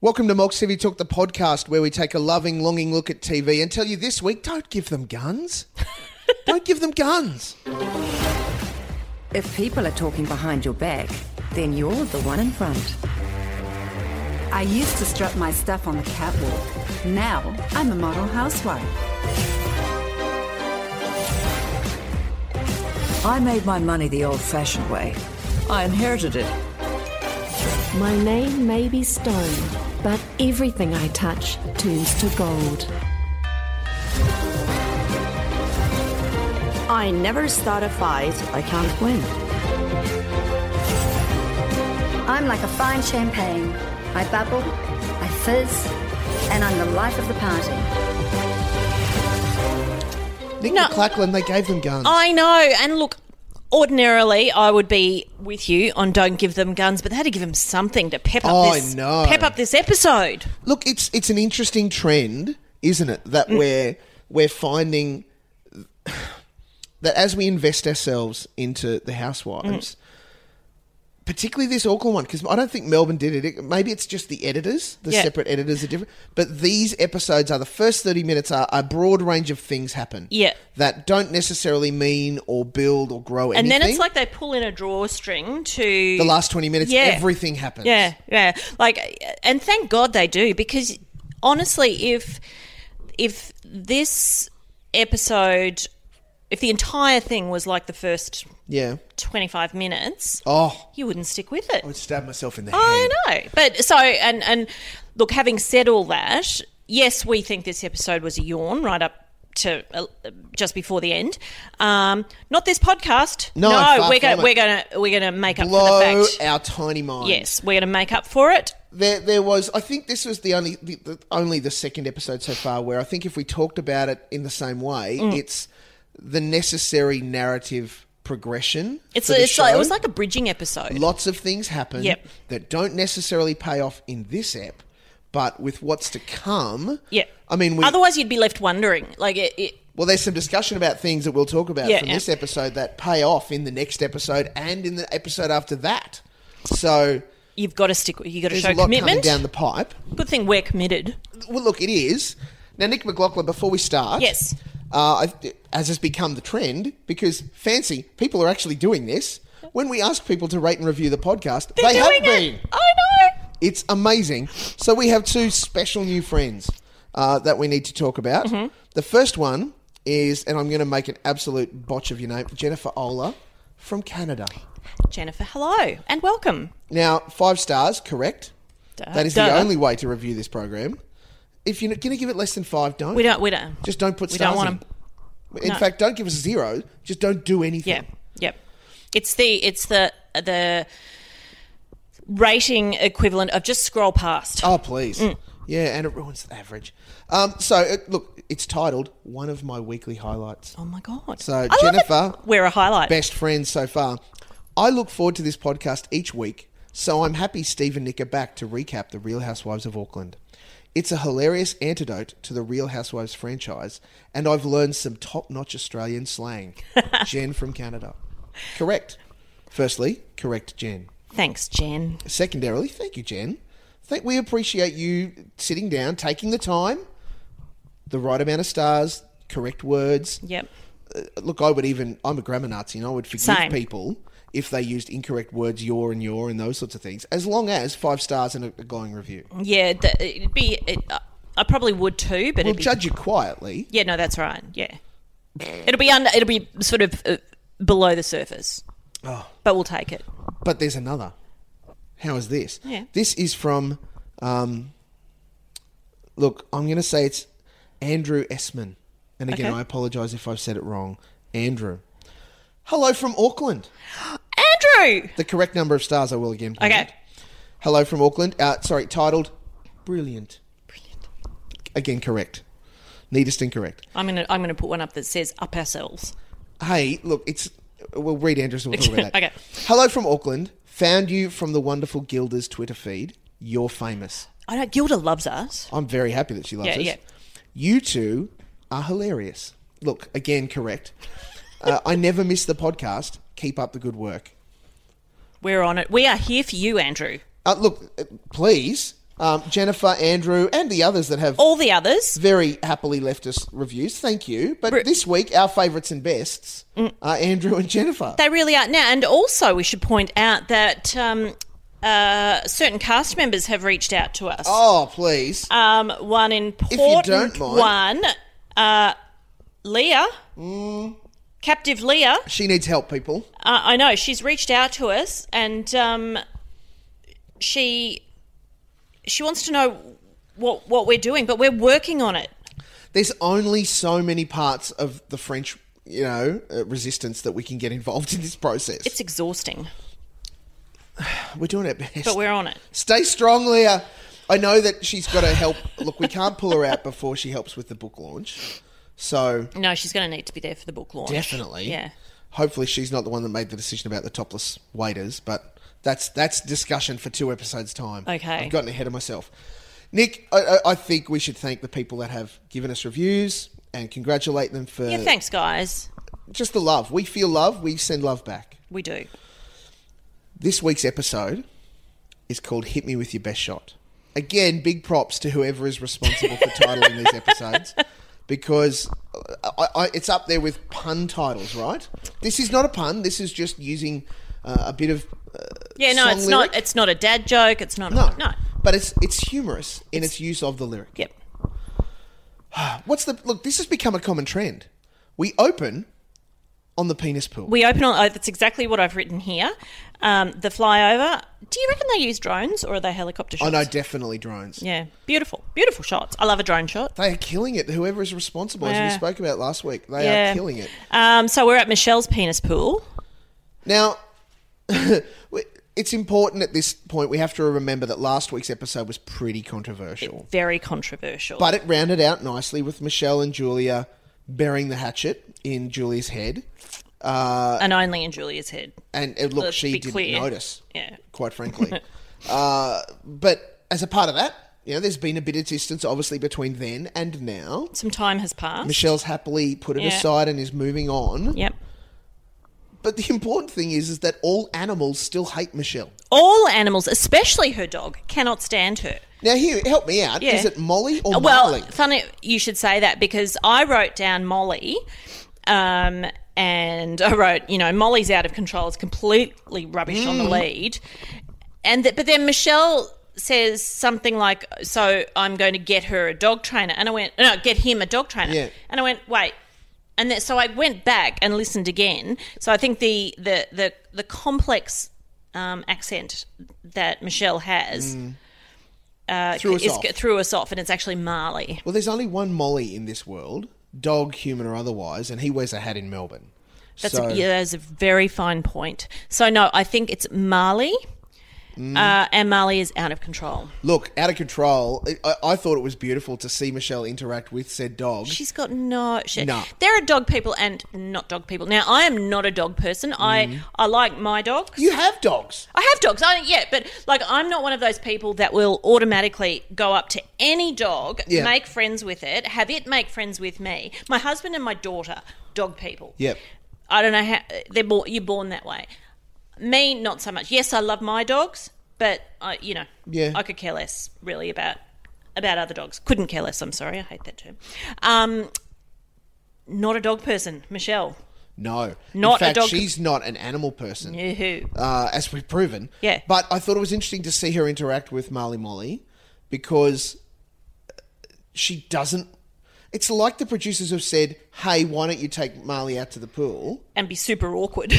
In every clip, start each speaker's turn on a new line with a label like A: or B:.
A: Welcome to Mock City Talk, the podcast where we take a loving, longing look at TV and tell you this week don't give them guns. don't give them guns.
B: If people are talking behind your back, then you're the one in front. I used to strip my stuff on the catwalk. Now I'm a model housewife. I made my money the old fashioned way. I inherited it.
C: My name may be stone, but everything I touch turns to gold.
D: I never start a fight I can't win.
E: I'm like a fine champagne. I bubble, I fizz, and I'm the life of the party.
A: Nick
F: No.
A: McClackland, they gave them guns.
F: I know. And look, ordinarily I would be with you on don't give them guns, but they had to give them something to pep up
A: Oh, I
F: this
A: know.
F: pep up this episode.
A: Look, it's it's an interesting trend, isn't it? That
F: Mm.
A: we're we're finding that as we invest ourselves into the
F: Mm.
A: housewives, particularly this Auckland one, because I don't think Melbourne did it. it. Maybe it's just the editors, the
F: Yeah.
A: separate editors are different. But these episodes are the first thirty minutes are a broad range of things happen.
F: Yeah.
A: that don't necessarily mean or build or grow
F: And
A: anything.
F: then it's like they pull in a drawstring to
A: the last twenty minutes,
F: Yeah.
A: everything happens.
F: Yeah, yeah. Like, and thank God they do because honestly, if if this episode, if the entire thing was like the first
A: yeah.
F: twenty five minutes,
A: Oh,
F: you wouldn't stick with it.
A: I would stab myself in the head.
F: I know, but so and and look, having said all that, yes, we think this episode was a yawn right up. To uh, just before the end, um, not this podcast.
A: No, far
F: we're
A: from
F: gonna
A: it.
F: we're gonna we're gonna make up for
A: blow
F: the fact.
A: our tiny minds.
F: Yes, we're gonna make up for it.
A: there there was. I think this was the only the, the, only the second episode so far where I think if we talked about it in the same way,
F: Mm.
A: it's the necessary narrative progression.
F: It's,
A: for the
F: it's like, it
A: show.
F: was like a bridging episode.
A: lots of things happen
F: Yep.
A: that don't necessarily pay off in this ep, but with what's to come.
F: yeah.
A: I mean, we,
F: otherwise you'd be left wondering. Like it, it
A: well, there's some discussion about things that we'll talk about
F: Yeah,
A: from
F: yeah.
A: this episode that pay off in the next episode and in the episode after that. So
F: you've got to stick. You got to
A: there's
F: show
A: a lot coming
F: commitment.
A: down the pipe.
F: Good thing we're committed.
A: Well, look, it is. Now, Nick McLaughlin, before we start.
F: Yes.
A: Uh, I, as has become the trend, because fancy, people are actually doing this. When we ask people to rate and review the podcast,
F: They're
A: they
F: doing
A: have been.
F: it. I know.
A: It's amazing. So, we have two special new friends uh, that we need to talk about.
F: Mm-hmm.
A: The first one is, and I'm going to make an absolute botch of your name, Jennifer Ola from Canada.
F: Jennifer, hello and welcome.
A: Now, five stars, correct?
F: Duh.
A: That is the
F: Uh, Duh.
A: only way to review this program. If you're going to give it less than five, don't.
F: We don't. We don't.
A: Just don't put
F: We
A: stars
F: don't want
A: in.
F: 'em.
A: In
F: No.
A: fact, don't give us a zero. Just don't do anything.
F: Yeah. Yep. It's the it's the the rating equivalent of just scroll past.
A: Oh, please.
F: Mm.
A: Yeah, and it ruins the average. Um, so, it, look, it's titled One of My Weekly Highlights.
F: Oh my god.
A: So,
F: I love
A: Jennifer-
F: it. we're a highlight.
A: Best friends so far. I look forward to this podcast each week, so I'm happy Steve and Nick are back to recap The Real Housewives of Auckland. It's a hilarious antidote to the Real Housewives franchise, and I've learned some top notch Australian slang. Jen from Canada. Correct. Firstly, correct Jen.
F: Thanks, Jen.
A: Secondarily, thank you, Jen. Think we appreciate you sitting down, taking the time, the right amount of stars, correct words.
F: Yep.
A: Uh, look, I would even I'm a grammar Nazi, and I would forgive
F: Same.
A: people if they used incorrect words, your and your and those sorts of things, as long as five stars and a, a glowing review.
F: Yeah. th it'd be. It, I probably would too, but
A: We'll
F: it'd be
A: judge you quietly.
F: Yeah, no, that's right. Yeah, it'll be under. It'll be sort of uh, below the surface. Oh, but we'll take it.
A: But there's another. How is this?
F: Yeah.
A: This is from, um, look, I'm going to say it's Andrew Esman. And again,
F: Okay.
A: I apologise if I've said it wrong. Andrew. Hello from Auckland.
F: Andrew.
A: The correct number of stars, I will again. point
F: Okay.
A: out. Hello from Auckland. Uh, sorry, titled Brilliant. Brilliant. Again, correct. Neatest incorrect.
F: I'm gonna. I'm gonna put one up that says up ourselves.
A: Hey, look, it's. We'll read Andrews and we'll talk about that.
F: Okay.
A: Hello from Auckland. Found you from the wonderful Gilda's Twitter feed. You're famous.
F: I know Gilda loves us.
A: I'm very happy that she loves
F: Yeah,
A: us.
F: yeah.
A: You two are hilarious. Look, again, correct. Uh, I never miss the podcast. Keep up the good work.
F: We're on it. We are here for you, Andrew.
A: Uh, look, uh, please Um, Jennifer, Andrew, and the others that have
F: All the others.
A: very happily left us reviews. Thank you. But this week, our favourites and bests
F: Mm.
A: are Andrew and Jennifer.
F: They really are now. And also, we should point out that um, uh, certain cast members have reached out to us.
A: oh, please.
F: Um, one
A: you
F: important
A: don't mind. Mm.
F: one, uh, Leah, captive Leah.
A: she needs help, people.
F: Uh, I know she's reached out to us, and um, she she wants to know what what we're doing, but we're working on it.
A: There's only so many parts of the French, you know, uh, resistance that we can get involved in this process.
F: It's exhausting,
A: we're doing it best.
F: but we're on it.
A: Stay strong, Leah. I know that she's got to help. Look, we can't pull her out before she helps with the book launch. So
F: No, she's going to need to be there for the book launch.
A: Definitely.
F: Yeah.
A: Hopefully, she's not the one that made the decision about the topless waiters, but that's that's discussion for two episodes time.
F: Okay.
A: I've gotten ahead of myself. Nick, I, I- I think we should thank the people that have given us reviews and congratulate them for
F: Yeah. Thanks, guys.
A: just the love. We feel love. We send love back.
F: We do.
A: This week's episode is called "Hit Me with Your Best Shot." Again, big props to whoever is responsible for titling these episodes. Because uh, I, I, it's up there with pun titles, right? This is not a pun. This is just using uh, a bit of uh,
F: Yeah. No,
A: song
F: it's
A: lyric.
F: not. It's not a dad joke. It's not.
A: no,
F: No.
A: But it's it's humorous in its use of the lyric.
F: Yep.
A: What's the look? This has become a common trend. We open on the penis pool.
F: We open on. Oh, that's exactly what I've written here. Um, the flyover. Do you reckon they use drones or are they helicopter
A: oh
F: shots?
A: no, definitely drones.
F: Yeah, beautiful, beautiful shots. I love a drone shot.
A: They are killing it. Whoever is responsible, as
F: Yeah.
A: we spoke about last week, they
F: Yeah.
A: are killing it.
F: Um, so we're at Michelle's penis pool.
A: Now, we- it's important at this point. We have to remember that last week's episode was pretty controversial,
F: Very controversial.
A: but it rounded out nicely with Michelle and Julia burying the hatchet in Julia's head.
F: and only in Julia's head.
A: And uh, look,
F: Let's
A: she
F: be
A: didn't
F: clear.
A: notice.
F: Yeah.
A: quite frankly. uh, but as a part of that, you know, there's been a bit of distance, obviously, between then and now.
F: Some time has passed.
A: Michelle's happily put it
F: Yeah.
A: aside and is moving on.
F: Yep.
A: But the important thing is, is that all animals still hate Michelle.
F: All animals, especially her dog, cannot stand her.
A: Now, here, help me out.
F: Yeah.
A: Is it Molly or
F: Uh, well,
A: Marley?
F: funny you should say that because I wrote down Molly, um, and I wrote, you know, Molly's out of control. It's completely rubbish on the
A: Mm.
F: lead, and th- but then Michelle says something like, "So I'm going to get her a dog trainer," and I went, "No, get him a dog trainer,"
A: Yeah.
F: and I went, "Wait." And then, so I went back and listened again. So I think the the the, the complex um, accent that Michelle has uh,
A: Mm. Threw us
F: is,
A: off.
F: threw us off, and it's actually Marley.
A: Well, there's only one Molly in this world, dog, human, or otherwise, and he wears a hat in Melbourne.
F: That's
A: so,
F: a, yeah, that's a very fine point. So no, I think it's Marley,
A: Mm.
F: uh, and Marley is out of control.
A: look, out of control. I- I, I thought it was beautiful to see Michelle interact with said dog.
F: She's got no shit.
A: No.
F: There are dog people and not dog people. Now I am not a dog person.
A: Mm.
F: I I like my dogs.
A: you have dogs.
F: I have dogs. I yeah, but like I'm not one of those people that will automatically go up to any dog,
A: Yeah.
F: make friends with it, have it make friends with me. My husband and my daughter, dog people.
A: Yep.
F: I don't know how they're born, you're born that way. Me, not so much. Yes, I love my dogs, but I, you know,
A: Yeah.
F: I could care less really about about other dogs. Couldn't care less. I'm sorry, I hate that term. Um, not a dog person, Michelle.
A: No.
F: Not
A: In
F: a
A: fact,
F: dog-
A: she's not an animal person.
F: Yoo-hoo.
A: uh, as we've proven.
F: Yeah.
A: But I thought it was interesting to see her interact with Marley Molly because she doesn't. It's like the producers have said, "Hey, why don't you take Marley out to the pool?"
F: And be super awkward.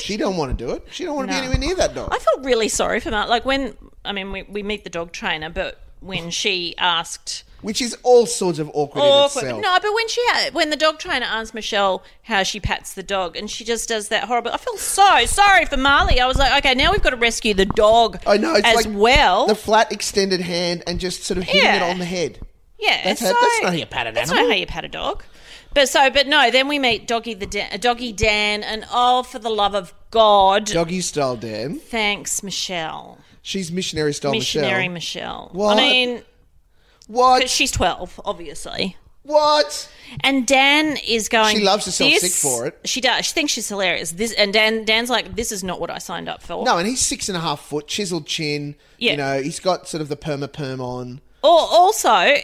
A: She don't want to do it. She don't want to
F: No.
A: be anywhere near that dog.
F: I felt really sorry for Mark. Like when I mean, we, we meet the dog trainer, but when she asked.
A: Which is all sorts of awkward, in
F: Awkward.
A: itself.
F: No, but when she uh, when the dog trainer asked Michelle how she pats the dog, and she just does that horrible. I feel so sorry for Marley. I was like, okay, now we've got to rescue the dog.
A: I know. It's
F: as
A: like
F: well.
A: the flat extended hand and just sort of hitting
F: Yeah.
A: it on the head.
F: yeah,
A: That's,
F: so,
A: how, that's not how you pat an
F: that's
A: animal.
F: not how you pat a dog. But so, but no. Then we meet Doggy the Dan, uh, Doggy Dan, and oh, for the love of God,
A: Doggy style, Dan.
F: thanks, Michelle,
A: She's missionary style,
F: missionary
A: Michelle.
F: Michelle.
A: What?
F: I mean,
A: What?
F: but she's twelve, obviously.
A: What?
F: And Dan is going.
A: She loves herself
F: "This-"
A: sick for it.
F: She does. She thinks she's hilarious. This and Dan. Dan's like, this is not what I signed up for.
A: No, and he's six and a half foot, chiseled chin.
F: Yeah.
A: You know, he's got sort of the perma perm on.
F: Or also,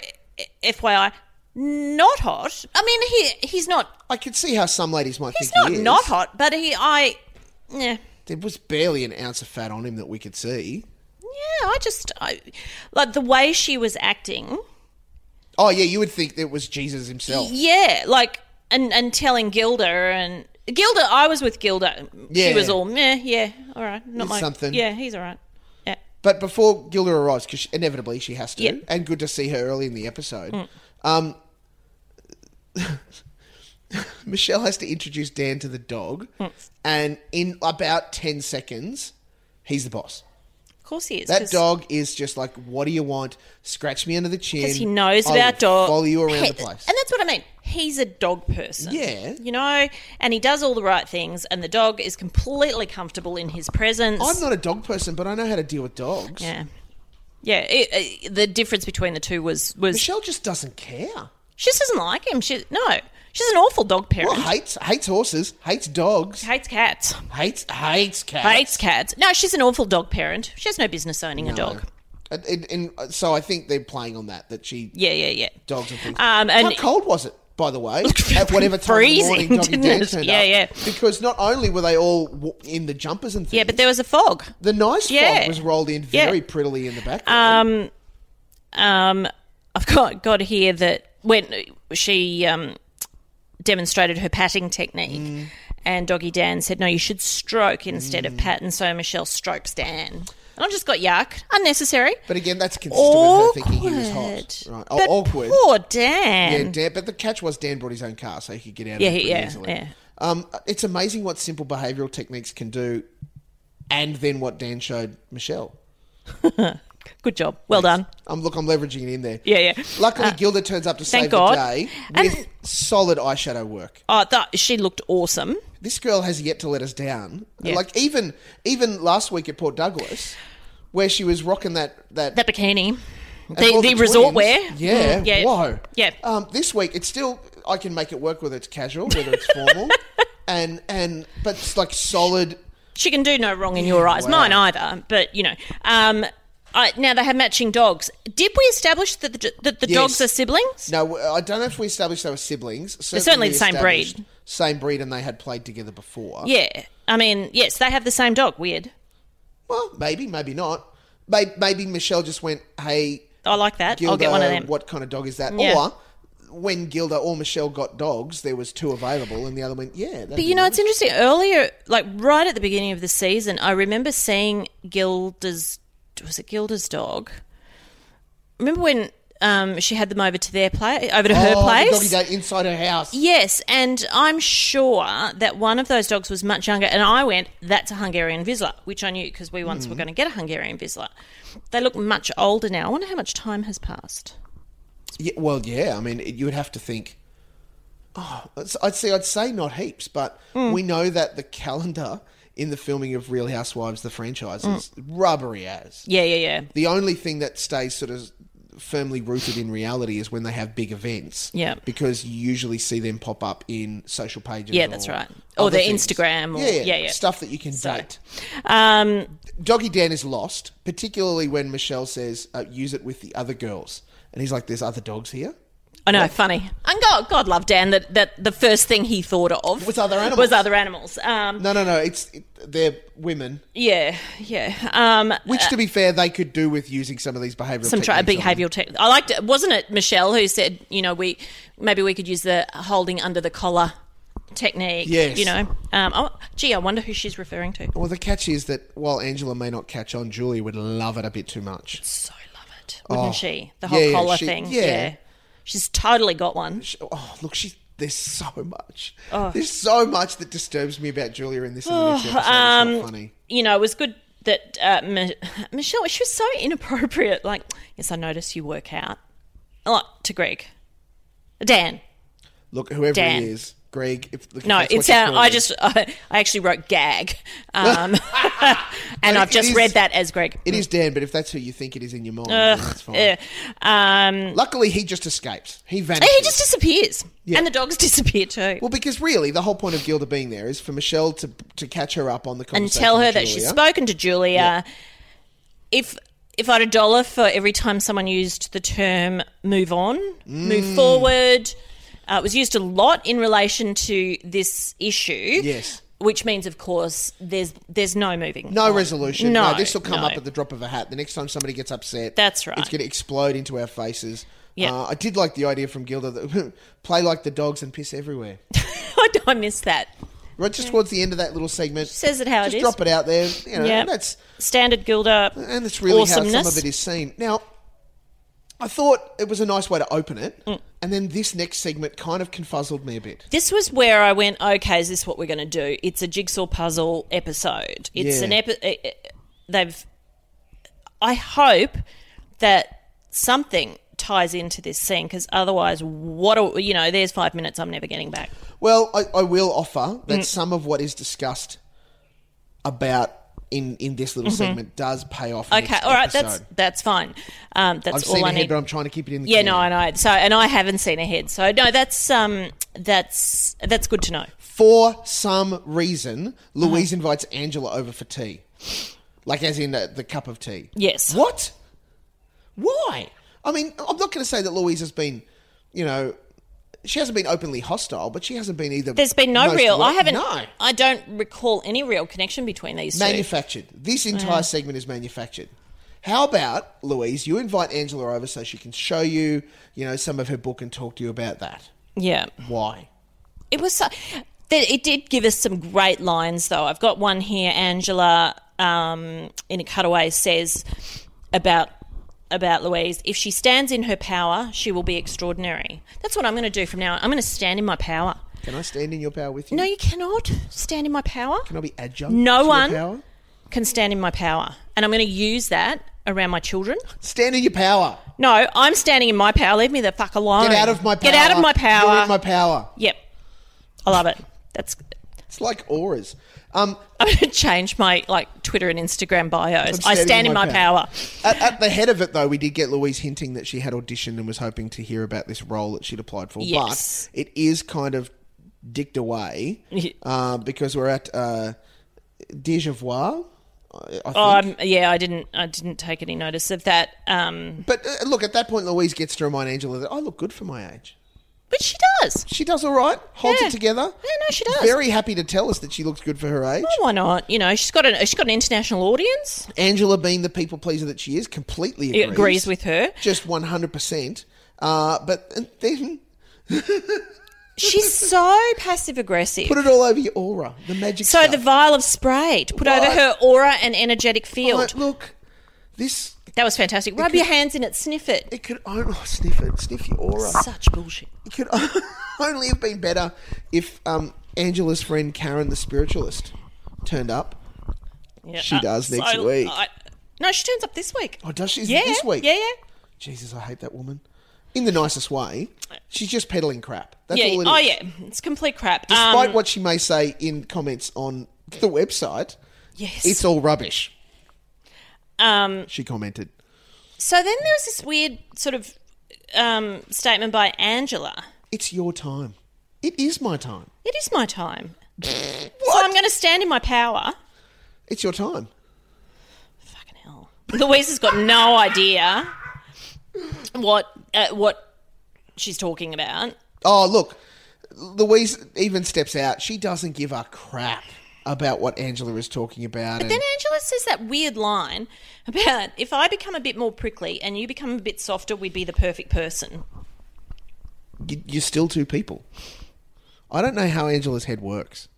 F: FYI, not hot. I mean, he he's not.
A: I could see how some ladies might
F: He's
A: think
F: not
A: he is.
F: not hot, but he I. Yeah.
A: There was barely an ounce of fat on him that we could see.
F: Yeah, I just I, like the way she was acting.
A: Oh yeah, you would think it was Jesus himself.
F: Yeah, like and and telling Gilda and Gilda, I was with Gilda.
A: Yeah.
F: She was all meh, yeah, all right, not
A: It's
F: my
A: something.
F: Yeah, he's all right. Yeah,
A: But before Gilda arrives, because inevitably she has to,
F: Yeah. Hmm.
A: and good to see her early in the episode. Um, Michelle has to introduce Dan to the dog,
F: Hmm.
A: and in about ten seconds, he's the boss.
F: of course he is.
A: That
F: 'cause-
A: dog is just like, "What do you want? Scratch me under the chin."
F: because he knows
A: I
F: about
A: will
F: dogs.
A: Follow you around
F: He-
A: the place.
F: and that's what I mean. He's a dog person.
A: Yeah.
F: you know, and he does all the right things, and the dog is completely comfortable in his presence.
A: I'm not a dog person, but I know how to deal with dogs.
F: Yeah, yeah. It, it, the difference between the two was was
A: Michelle just doesn't care.
F: she just doesn't like him. She no, she's an awful dog parent.
A: Well, hates hates horses, hates dogs,
F: Hates cats.
A: hates hates cats.
F: Hates cats. No, she's an awful dog parent. She has no business owning a dog.
A: And, and, and, uh, so I think they're playing on that that she
F: Yeah, yeah, yeah.
A: dogs and things.
F: Um, and-
A: how cold was it? By the way, at whatever time
F: Freezing,
A: of the morning Doggy
F: didn't
A: Dan
F: it?
A: turned
F: Yeah,
A: up,
F: yeah.
A: because not only were they all w- in the jumpers and things,
F: Yeah, but there was a fog.
A: the nice
F: Yeah.
A: fog was rolled in
F: Yeah.
A: very prettily in the background.
F: Um, I've got got here that when she um, demonstrated her patting technique,
A: Mm.
F: and Doggy Dan said, "No, you should stroke instead of pat." And so Michelle strokes Dan, and I just got yuck, unnecessary.
A: but again, that's consistent with her
F: Awkward.
A: thinking he was hot. Right? Oh,
F: But
A: awkward.
F: Poor
A: Yeah,
F: Dan.
A: Dan, but the catch was Dan brought his own car, so he could get out.
F: Yeah,
A: of it
F: he-
A: pretty
F: yeah,
A: easily.
F: yeah.
A: Um, it's amazing what simple behavioural techniques can do, and then what Dan showed Michelle.
F: Good job. Well done.
A: Um, look, I'm leveraging it in there.
F: Yeah, yeah.
A: Luckily, Gilda turns up to
F: Uh, thank
A: save
F: God.
A: the day
F: And-
A: with solid eyeshadow work.
F: Oh, I thought she looked awesome.
A: This girl has yet to let us down.
F: Yeah.
A: Like even even last week at Port Douglas, where she was rocking that that
F: That bikini.
A: And
F: The,
A: all
F: the, resort
A: twins.
F: wear.
A: Yeah.
F: Mm, yeah.
A: Whoa.
F: Yeah.
A: Um, this week, it's still I can make it work whether it's casual, whether it's formal, and and but it's like solid.
F: She can do no wrong in your eyes. Mine either. But, you know. Um, I, now they have matching dogs. Did we establish that the, that the
A: Yes.
F: dogs are siblings?
A: No, I don't know if we established they were siblings. Certainly
F: certainly
A: we
F: the same breed.
A: established Same breed, and they had played together before.
F: Yeah. I mean, yes, they have the same dog. Weird.
A: Well, maybe, maybe not. Maybe, maybe Michelle just went, "Hey,
F: I like that.
A: Gilda,
F: I'll get one of them.
A: what kind of dog is that?"
F: Yeah.
A: Or when Gilda or Michelle got dogs, there was two available, and the other went, "Yeah."
F: But you know, it's interesting. Earlier, like right at the beginning of the season, I remember seeing Gilda's was it Gilda's dog? Remember when um, she had them over to their place, over to her place?
A: Oh, doggy date inside her house.
F: Yes, and I'm sure that one of those dogs was much younger, and I went, "That's a Hungarian Vizsla," which I knew because we once were going to get a Hungarian Vizsla. They look much older now. I wonder how much time has passed.
A: Yeah, well, yeah. I mean, it- you would have to think. Oh, it's- I'd say I'd say not heaps, but
F: Hmm.
A: we know that the calendar in the filming of Real Housewives, the franchise,
F: Hmm.
A: is rubbery as.
F: Yeah, yeah, yeah,
A: The only thing that stays sort of firmly rooted in reality is when they have big events.
F: Yeah.
A: Because you usually see them pop up in social pages.
F: Yeah, that's right.
A: other
F: Or their
A: things.
F: Instagram or-
A: yeah,
F: yeah, yeah.
A: Stuff that you can date.
F: um,
A: Doggy Dan is lost, particularly when Michelle says, uh, use it with the other girls. And he's like, there's other dogs here?
F: I know, funny. And God, God love Dan that, that the first thing he thought of
A: Was other animals.
F: Was other animals. Um,
A: No, no, no. It's it, They're women.
F: yeah, yeah. Um,
A: Which, to be fair, they could do with using some of these behavioural
F: some tri-
A: techniques on them.
F: behavioural tech. I liked it. Wasn't it Michelle who said, you know, we maybe we could use the holding under the collar technique?
A: Yes.
F: You know, um, oh, gee, I wonder who she's referring to.
A: Well, the catch is that while Angela may not catch on, Julia would love it a bit too much.
F: So love it, wouldn't she? The
A: Oh. yeah,
F: whole
A: yeah,
F: collar
A: she-
F: thing.
A: yeah.
F: She's totally got one.
A: She- oh, look, she. There's so much.
F: Oh.
A: There's so much that disturbs me about Julia in this and the next episode. It's not
F: um,
A: funny.
F: you know, it was good that uh, Mi- Michelle, she was so inappropriate. Like, yes, I noticed you work out. Like, to Greg. Dan.
A: Look, whoever
F: Dan.
A: it is, Greg. If, look, if
F: No,
A: that's what
F: it's
A: you
F: uh,
A: call
F: I
A: me.
F: just I, I actually wrote gag, um, and I've
A: it
F: just
A: is-
F: read that as Greg.
A: It is Dan, but if that's who you think it is in your mind, then that's fine.
F: Eh. Um,
A: Luckily, he just escapes. He vanishes.
F: he just disappears, and the dogs disappear too,
A: Well, because really, the whole point of Gilda being there is for Michelle to to catch her up on the
F: and
A: conversation
F: tell her
A: with
F: that she's
A: Julia.
F: spoken to Julia. If if I had a dollar for every time someone used the term "move on,"
A: Mm.
F: "move forward," uh, it was used a lot in relation to this issue.
A: Yes.
F: which means, of course, there's there's no moving.
A: No
F: on.
A: resolution. No, this will come
F: Oh, no.
A: up at the drop of a hat. The next time somebody gets upset,
F: That's right.
A: It's going to explode into our faces.
F: Yeah.
A: Uh, I did like the idea from Gilda that play like the dogs and piss everywhere.
F: I know, I missed that.
A: Right, just towards the end of that little segment,
F: says it how it
A: just
F: is.
A: drop it out there. You know,
F: Yeah,
A: and that's
F: standard Gilda.
A: and that's really
F: awesomeness.
A: how some of it is seen. Now, I thought it was a nice way to open it,
F: Mm.
A: and then this next segment kind of confuzzled me a bit.
F: This was where I went, okay, is this what we're going to do? It's a jigsaw puzzle episode. It's
A: Yeah.
F: an epi- eh, They've. I hope that something ties into this scene because otherwise, what are, you know, there's five minutes I'm never getting back.
A: Well, I, I will offer
F: Mm.
A: that some of what is discussed about in in this little segment does pay off.
F: Mm-hmm. Okay, all right, that's that's fine. Um, that's
A: I've
F: all
A: seen
F: I
A: ahead,
F: need.
A: but I'm trying to keep it in the
F: yeah,
A: can.
F: no, I know. So, and I haven't seen ahead. So, no, that's um, that's that's good to know.
A: For some reason,
F: Mm-hmm.
A: Louise invites Angela over for tea, like as in uh, the cup of tea.
F: Yes.
A: What? Why? I mean, I'm not going to say that Louise has been, you know, she hasn't been openly hostile, but she hasn't been either.
F: There's been no
A: most
F: real.
A: wel-
F: I haven't.
A: No.
F: I don't recall any real connection between these two.
A: Manufactured. This entire segment is manufactured. How about Louise? You invite Angela over so she can show you, you know, some of her book and talk to you about that.
F: yeah,
A: Why?
F: it was. So, th- it did give us some great lines, though. I've got one here. Angela, um, in a cutaway, says about about Louise. If she stands in her power, she will be extraordinary. That's what I'm going to do from now on. I'm going to stand in my power.
A: Can I stand in your power with you?
F: No, you cannot stand in my power.
A: Can I be adjunct?
F: No
A: to your
F: one-
A: power?
F: Can stand in my power, and I'm going to use that around my children.
A: Stand in your power.
F: No, I'm standing in my power. Leave me the fuck alone.
A: Get out of my power.
F: Get out of my power.
A: You're in my power.
F: Yep. I love it. That's
A: It's like auras. Um,
F: I'm going to change my like Twitter and Instagram bios. I
A: standing
F: stand in my power.
A: At, at the head of it, though, we did get Louise hinting that she had auditioned and was hoping to hear about this role that she'd applied for.
F: Yes.
A: But it is kind of dicked away uh, because we're at uh, Dejevoir. I, I think.
F: Um, yeah, I didn't I didn't take any notice of that. Um,
A: but uh, look, at that point, Louise gets to remind Angela that I look good for my age.
F: but she does.
A: She does all right, holds
F: Yeah.
A: it together.
F: Yeah, no, she does.
A: Very happy to tell us that she looks good for her age.
F: Why not? You know, she's got an she's got an international audience.
A: Angela, being the people pleaser that she is, completely
F: It
A: agrees,
F: agrees with her.
A: just one hundred percent. Uh, But then
F: She's so passive aggressive.
A: put it all over your aura, the magic.
F: so
A: stuff.
F: the vial of spray to put over
A: Right.
F: her aura and energetic
A: All
F: field.
A: right, look, this
F: that was fantastic. Rub your hands in it, sniff it.
A: it could only oh, sniff it, sniff your aura.
F: Such bullshit.
A: It could only have been better if um, Angela's friend Karen, the spiritualist, turned up.
F: Yeah,
A: She does next week.
F: no, she turns up this week.
A: Oh, does she? Is it
F: yeah,
A: this week?
F: Yeah, yeah.
A: Jesus, I hate that woman. In the nicest way, she's just peddling crap. That's
F: yeah.
A: all it is.
F: oh, yeah. It's complete crap.
A: Despite
F: um,
A: what she may say in comments on the website,
F: yes.
A: it's all rubbish.
F: um,
A: She commented.
F: so then there was this weird sort of um, statement by Angela.
A: It's your time. It is my time.
F: It is my time. So I'm going to stand in my power.
A: It's your time.
F: Fucking hell. Louise has got no idea what uh, what she's talking about.
A: Oh, look. Louise even steps out. She doesn't give a crap about what Angela is talking about. and
F: Then Angela says that weird line about if I become a bit more prickly and you become a bit softer, we'd be the perfect person.
A: y- you're still two people. I don't know how Angela's head works.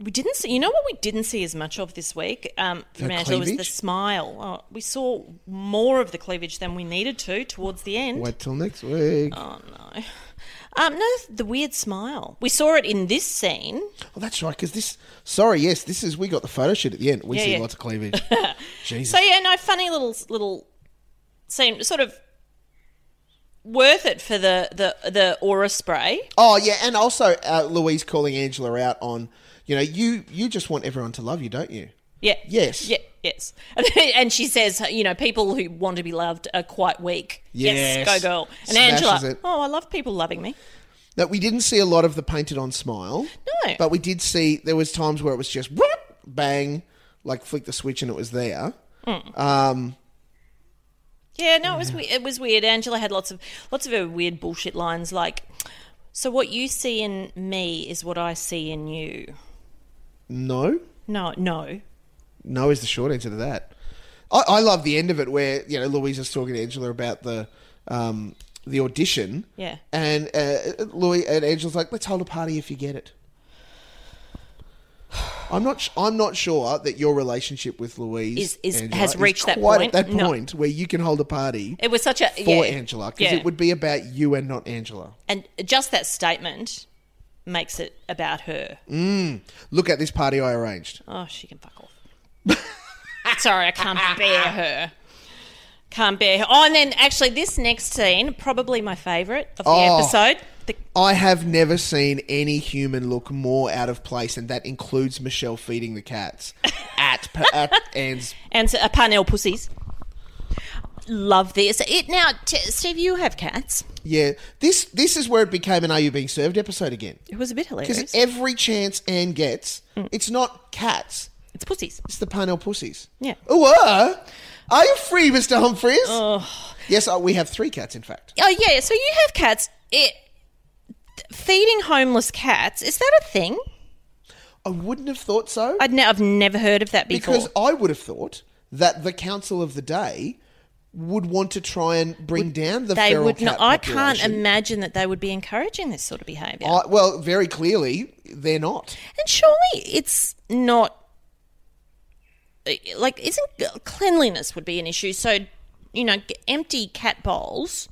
F: We didn't see. You know what we didn't see as much of this week um, from
A: The
F: Angela was the
A: cleavage?
F: smile. Oh, we saw more of the cleavage than we needed to towards the end.
A: Wait till next week. Oh,
F: Oh no. Um, no, the weird smile. We saw it in this scene.
A: Oh, that's right. Because this. Sorry, yes, this is. We got the photo shoot at the end. We
F: Yeah,
A: see
F: yeah.
A: lots of cleavage. Jesus.
F: So yeah, no funny little little scene. Sort of worth it for the the the aura spray.
A: Oh yeah, and also uh, Louise calling Angela out on, you know, you you just want everyone to love you, don't you?
F: Yeah.
A: Yes.
F: Yeah. Yes. And she says, you know, people who want to be loved are quite weak. Yes.
A: Yes.
F: Go girl. And
A: Smashes
F: Angela.
A: it.
F: Oh, I love people loving me.
A: That we didn't see a lot of the painted on smile.
F: No.
A: But we did see there was times where it was just whoop, bang, like flick the switch and it was there.
F: Hmm.
A: Um,
F: Yeah, no, it was we- it was weird. Angela had lots of lots of her weird bullshit lines like so what you see in me is what I see in you.
A: no,
F: No, no.
A: no is the short answer to that. I, I love the end of it where you know Louise is talking to Angela about the um, the audition.
F: Yeah.
A: And uh, Louis and Angela's like, let's hold a party if you get it. I'm not. Sh- I'm not sure that your relationship with Louise
F: Is- is- has reached that
A: quite
F: point.
A: at that
F: No.
A: point where you can hold a party
F: It was such a
A: for
F: yeah,
A: Angela because
F: yeah.
A: it would be about you and not Angela.
F: and just that statement makes it about her.
A: Look at this party I arranged.
F: Oh, she can fuck off. Sorry, I can't bear her. Can't bear her. Oh, and then actually, this next scene, probably my favourite of the
A: Oh.
F: episode. The,
A: I have never seen any human look more out of place, and that includes Michelle feeding the cats at pa- at Anne's.
F: and so, uh, Parnell pussies. Love this. It now, t- Steve, you have cats.
A: Yeah, this this is where it became an "Are you being served?" episode again
F: It was a bit hilarious.
A: because every chance Anne gets, it's not cats,
F: it's pussies.
A: it's the Parnell pussies.
F: Yeah.
A: Ooh, uh, are you free, Mister Humphreys? Yes, uh, we have three cats. In fact,
F: Oh yeah. So you have cats. It feeding homeless cats. Is that a thing?
A: I wouldn't have thought so.
F: I'd ne- I've never heard of that before.
A: Because I would have thought that the council of the day would want to try and bring down the
F: they
A: feral
F: would
A: cat
F: not. I can't
A: population.
F: imagine that they would be encouraging this sort of behaviour.
A: I- well, very clearly they're not.
F: And surely it's not eh, like isn't cleanliness would be an issue. So you know, g- empty cat bowls.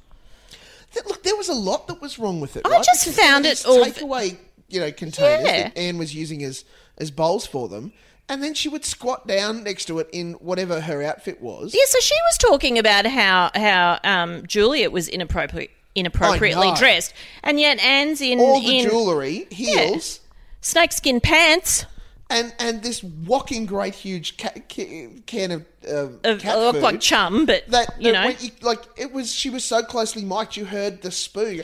A: Th- Look, there was a lot that was wrong with it.
F: I
A: right?
F: just
A: Because there
F: found
A: were
F: it
A: these
F: all-
A: Takeaway, you know, containers
F: Yeah.
A: that Anne was using as as bowls for them, and then she would squat down next to it in whatever her outfit was.
F: Yeah. So she was talking about how how um, Juliet was inappropriate inappropriately
A: know.
F: dressed, and yet Anne's in
A: All the
F: in
A: jewellery, heels,
F: snakeskin pants
A: and and this walking great huge ca- ca- can of, uh,
F: of
A: cat
F: look
A: food.
F: like chum, but
A: that that
F: you know,
A: when you, like it was she was so closely mic'd you heard the spoon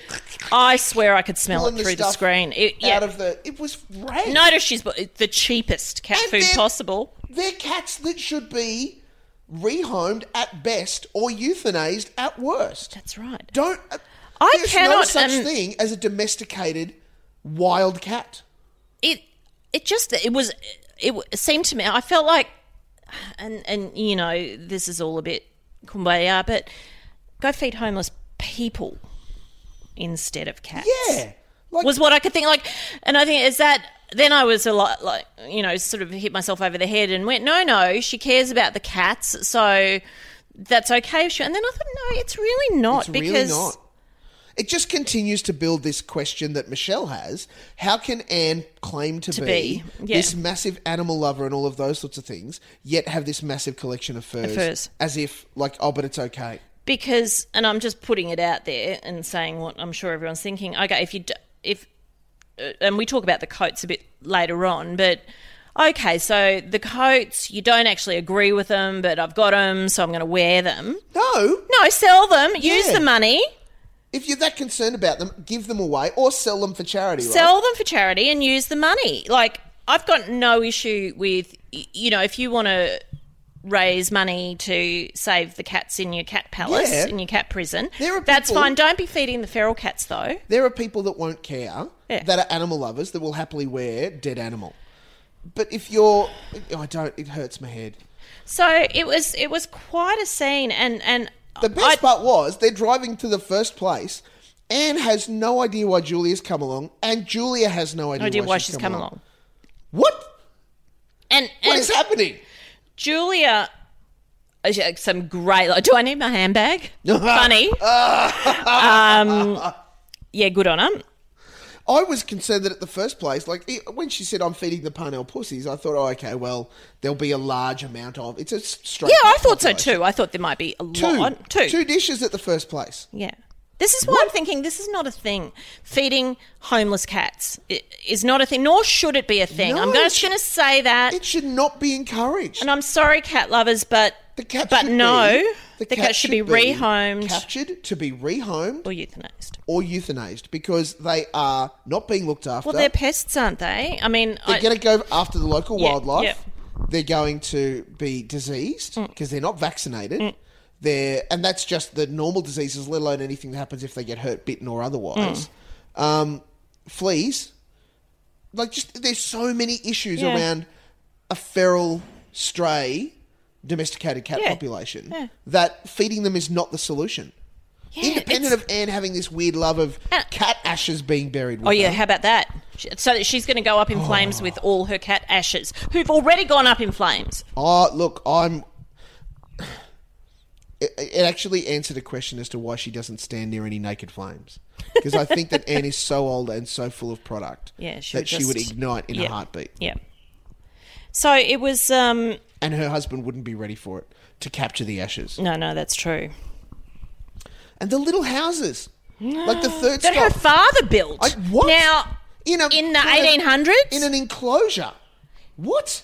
F: I swear I could smell
A: pulling
F: it
A: the
F: through the
A: stuff
F: screen. It,
A: out
F: yeah.
A: of the it was rank.
F: Notice she's bu- the cheapest cat
A: And
F: food
A: then-
F: possible.
A: they're cats that should be rehomed at best or euthanized at worst
F: That's right.
A: don't uh,
F: I
A: there's no
F: cannot,
A: such
F: um,
A: thing as a domesticated wild cat
F: it it just it was it w- seemed to me I felt like and and you know this is all a bit kumbaya but go feed homeless people instead of cats
A: yeah like
F: was what I could think like and I think is that then I was a lot like you know sort of hit myself over the head and went no no she cares about the cats so that's okay She- and then I thought no it's really not
A: it's
F: because
A: really not it just continues to build this question that Michelle has. How can Anne claim to, be,
F: be, yeah.
A: this massive animal lover and all of those sorts of things, yet have this massive collection of furs,
F: furs.
A: as if, like, oh, but it's okay?
F: because and i'm just putting it out there and saying what i'm sure everyone's thinking okay if you d- if uh, and we talk about the coats a bit later on but okay so the coats you don't actually agree with them but i've got them so i'm going to wear them
A: No.
F: no sell them use
A: Yeah.
F: the money
A: If you're that concerned about them, give them away or sell them for charity. right?
F: sell them for charity and use the money like i've got no issue with y- you know if you want to raise money to save the cats in your cat palace
A: Yeah.
F: in your cat prison
A: There are
F: that's
A: people-
F: fine don't be feeding the feral cats though
A: There are people that won't care
F: Yeah.
A: that are animal lovers that will happily wear dead animal. But if you're, oh, I don't. It hurts my head.
F: So it was it was quite a scene, and and
A: The best
F: I-
A: part was they're driving to the first place. Anne has no idea why Julia's come along, and Julia has no idea,
F: no idea why she's come along.
A: What?
F: And
A: What
F: and
A: is happening?
F: Julia, uh, she- like, some great. Like, do I need my handbag? Funny. um, yeah, good on her.
A: I was concerned that at the first place, like e- when she said, "I'm feeding the Parnell pussies," I thought, "Oh, okay, well, there'll be a large amount of." It's a s- straight.
F: Yeah, I thought so
A: population.
F: too. I thought there might be a
A: Two,
F: lot. Two.
A: two dishes at the first place.
F: Yeah. This is why I'm thinking this is not a thing. Feeding homeless cats i- is not a thing, nor should it be a thing. I'm
A: No,
F: gonna-
A: it
F: just
A: should-
F: going to say that.
A: It should not be encouraged.
F: And I'm sorry, cat lovers, but
A: the cat
F: but
A: should
F: no,
A: be,
F: the, cat, should be rehomed
A: captured to be rehomed
F: or euthanized.
A: or euthanized because they are not being looked after.
F: Well, they're pests, aren't they? I mean,
A: They're
F: I,
A: going to go after the local
F: Yeah,
A: wildlife.
F: yeah. Mm.
A: They're going to be diseased because they're not vaccinated. They're and that's just the normal diseases, let alone anything that happens if they get hurt, bitten, or otherwise.
F: Mm.
A: Um, fleas, like just there's so many issues
F: Yeah.
A: around a feral stray domesticated cat
F: Yeah.
A: population
F: Yeah.
A: that feeding them is not the solution. Independent of Anne having this weird love of
F: And-
A: cat ashes being buried with
F: Uh, oh yeah,
A: her.
F: how about that? She- So that she's going to go up in
A: Oh.
F: flames with all her cat ashes, who've already gone up in flames.
A: Oh, look, I'm. It, it actually answered a question as to why she doesn't stand near any naked flames. Because I think that Anne is so old and so full of product
F: Yeah, she
A: that
F: would
A: she would
F: just-
A: ignite in
F: yeah.
A: a heartbeat.
F: Yeah. So it was. um
A: And her husband wouldn't be ready for it to capture the ashes.
F: No, no, that's true.
A: And the little houses. Like the third
F: That her
A: stop.
F: father built.
A: I- what?
F: Now,
A: in, a,
F: in the
A: kind of-
F: 1800s?
A: In an enclosure. What?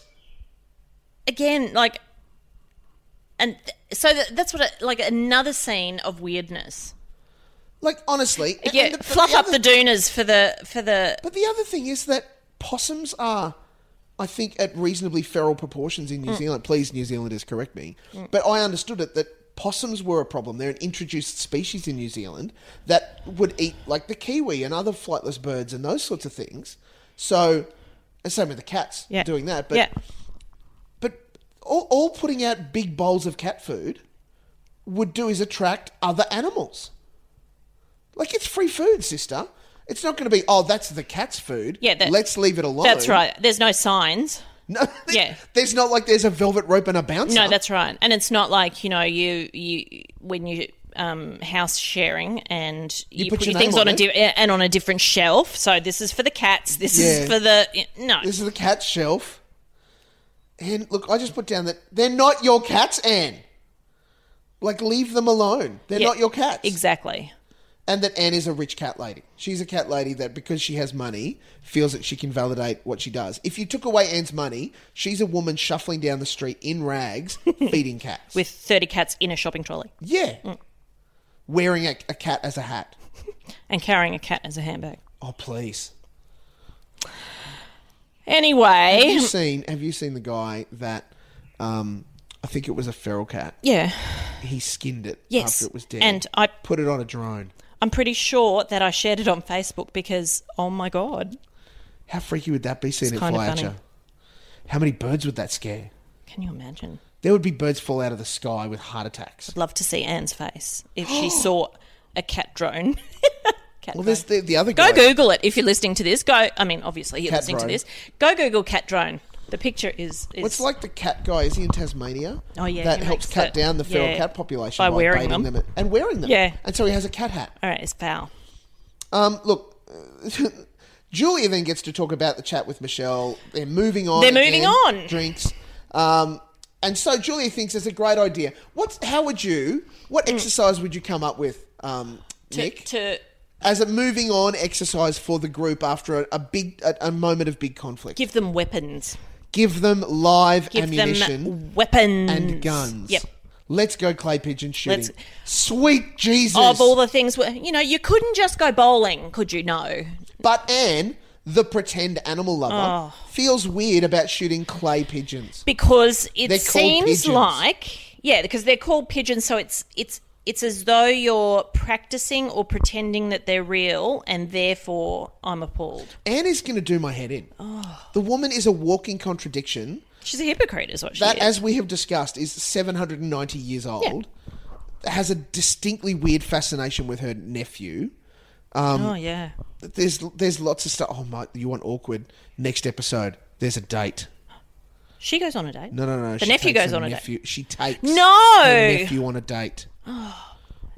F: again, like, and th- so that, that's what, I, like, another scene of weirdness.
A: Like, honestly. and-
F: Yeah,
A: and but
F: fluff up
A: other-
F: the doonas for the for the.
A: But the other thing is that possums are, I think, at reasonably feral proportions
F: Mm.
A: in New Zealand. Please, New Zealanders, correct me. But I understood it that possums were a problem. They're an introduced species in New Zealand that would eat like the kiwi and other flightless birds and those sorts of things. So, and same with the cats
F: Yeah.
A: doing that. But
F: yeah,
A: but all, all putting out big bowls of cat food would do is attract other animals. Like it's free food, sister. It's not going to be oh, that's the cat's food.
F: Yeah, that-
A: let's leave it alone.
F: that's right. There's no signs.
A: No,
F: Yeah.
A: There's not like there's a velvet rope and a bouncer.
F: No, that's right. And it's not like you know you you when you um house sharing and you,
A: put
F: put,
A: your
F: your things
A: name
F: on,
A: on
F: a di- and on a different shelf. So this is for the cats. This
A: Yeah.
F: is for the no.
A: this is the cat's shelf. And look, I just put down that they're not your cats, Anne. Like leave them alone. They're
F: Yeah,
A: not your cats.
F: exactly.
A: and that Anne is a rich cat lady. She's a cat lady that because she has money feels that she can validate what she does. If you took away Anne's money, she's a woman shuffling down the street in rags, feeding cats
F: With Mm. thirty cats in a shopping trolley
A: yeah, wearing a, a cat as a hat.
F: and carrying a cat as a handbag.
A: Oh please! Have
F: Anyway,
A: you seen? Have you seen the guy that? Um, I think it was a feral cat.
F: yeah,
A: He skinned it
F: Yes,
A: after it was dead,
F: and I-
A: put it on a drone.
F: I'm pretty sure that I shared it on Facebook because oh my god,
A: How freaky would that be? Seeing it
F: kinda
A: fly at
F: funny.
A: you. How many birds would that scare?
F: can you imagine?
A: There would be birds fall out of the sky with heart attacks.
F: love to see Anne's face if she saw a cat drone.
A: Well,
F: cat drone.
A: there's the, the other
F: Go
A: guy.
F: Google it if you're listening to this. Go, I mean, obviously you're
A: Cat
F: listening
A: drone.
F: to this. Go Google cat drone. The picture is. is
A: It's like the cat guy. Is he in Tasmania?
F: Oh, yeah,
A: That
F: he
A: helps
F: makes
A: cut
F: it-
A: down the feral
F: yeah,
A: cat population
F: by
A: by
F: wearing
A: baiting
F: them.
A: and- and wearing them.
F: Yeah.
A: And so he has a cat hat.
F: All right, it's foul.
A: Um, look, Julia then gets to talk about the chat with Michelle. They're moving on.
F: They're moving
A: again,
F: on.
A: Drinks. Um, and so Julia thinks it's a great idea. What's how would you? What exercise would you come up with, um, Nick?
F: Mm. To
A: as a moving on exercise for the group after a, a big a, a moment of big conflict.
F: give them weapons.
A: Give them live
F: Give
A: ammunition
F: them weapons
A: and guns.
F: Yep.
A: Let's go clay pigeon shooting.
F: Let's-
A: Sweet Jesus.
F: Of all the things, where, you know, you couldn't just go bowling, could you? No.
A: but Anne, the pretend animal lover,
F: Oh.
A: feels weird about shooting clay pigeons.
F: because it
A: They're called
F: seems
A: pigeons.
F: like yeah because they're called pigeons so it's it's it's as though you're practicing or pretending that they're real and therefore i'm appalled
A: Anne is going to do my head in.
F: Oh.
A: The woman is a walking contradiction
F: she's a hypocrite is what she
A: that,
F: is
A: as we have discussed, is 790 years old, has a distinctly weird fascination with her nephew.
F: oh yeah
A: There's there's lots of stuff. Oh, my, you want awkward. Next episode, there's a date.
F: she goes on a date
A: No, no, no.
F: the
A: she
F: nephew
A: takes
F: goes
A: her
F: on a date
A: nephew, date. She takes
F: No!
A: her nephew on a date.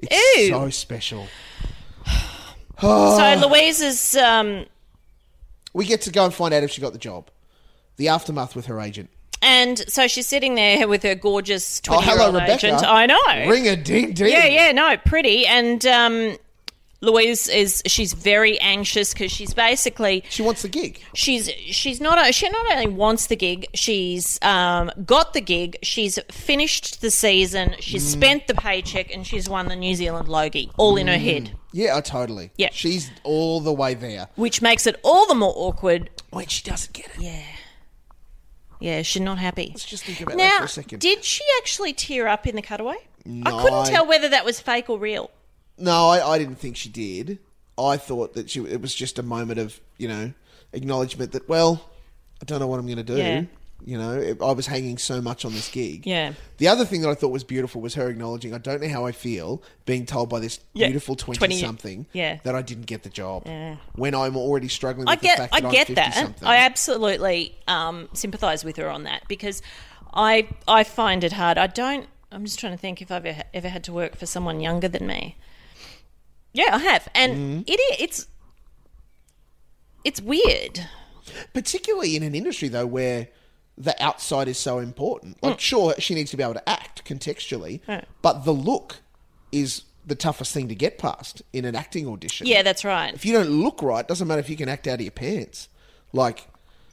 A: It's
F: Ew.
A: so special. Oh.
F: so louise is um
A: We get to go and find out if she got the job. The aftermath with her agent.
F: and so she's sitting there with her gorgeous
A: Oh,
F: 20 year
A: hello,
F: old
A: Rebecca.
F: agent i know
A: Ring a ding ding.
F: yeah yeah no pretty and um Louise is she's very anxious because she's basically
A: She wants the gig.
F: she's she's not she not only wants the gig, she's um, got the gig, she's finished the season, she's
A: Mm.
F: spent the paycheck, and she's won the New Zealand Logie all in her head,
A: Yeah, oh, totally.
F: Yeah.
A: She's all the way there.
F: which makes it all the more awkward.
A: When she doesn't get it.
F: Yeah, yeah, she's not happy.
A: Let's just think about that
F: now,
A: for a second.
F: did she actually tear up in the cutaway?
A: No,
F: I couldn't
A: I-
F: tell whether that was fake or real.
A: No, I, I didn't think she did. I thought that she it was just a moment of you know acknowledgement that well, I don't know what I'm going to do.
F: Yeah.
A: You know, it, I was hanging so much on this gig.
F: Yeah.
A: The other thing that I thought was beautiful was her acknowledging, I don't know how I feel being told by this
F: Yeah.
A: beautiful 20,
F: 20
A: something
F: yeah.
A: that I didn't get the job. When I'm already struggling with
F: I get,
A: the fact
F: I
A: that
F: get
A: I'm 50
F: that.
A: something.
F: I absolutely um, sympathise with her on that because I, I find it hard. I don't. I'm just trying to think if I've e- ever had to work for someone younger than me. Yeah, I have,
A: Mm-hmm.
F: and it i it's it's weird.
A: particularly in an industry though where the outside is so important.
F: Mm.
A: Like, sure, she needs to be able to act contextually, but the look is the toughest thing to get past in an acting audition.
F: Yeah, that's right.
A: If you don't look right, doesn't matter if you can act out of your pants. Like,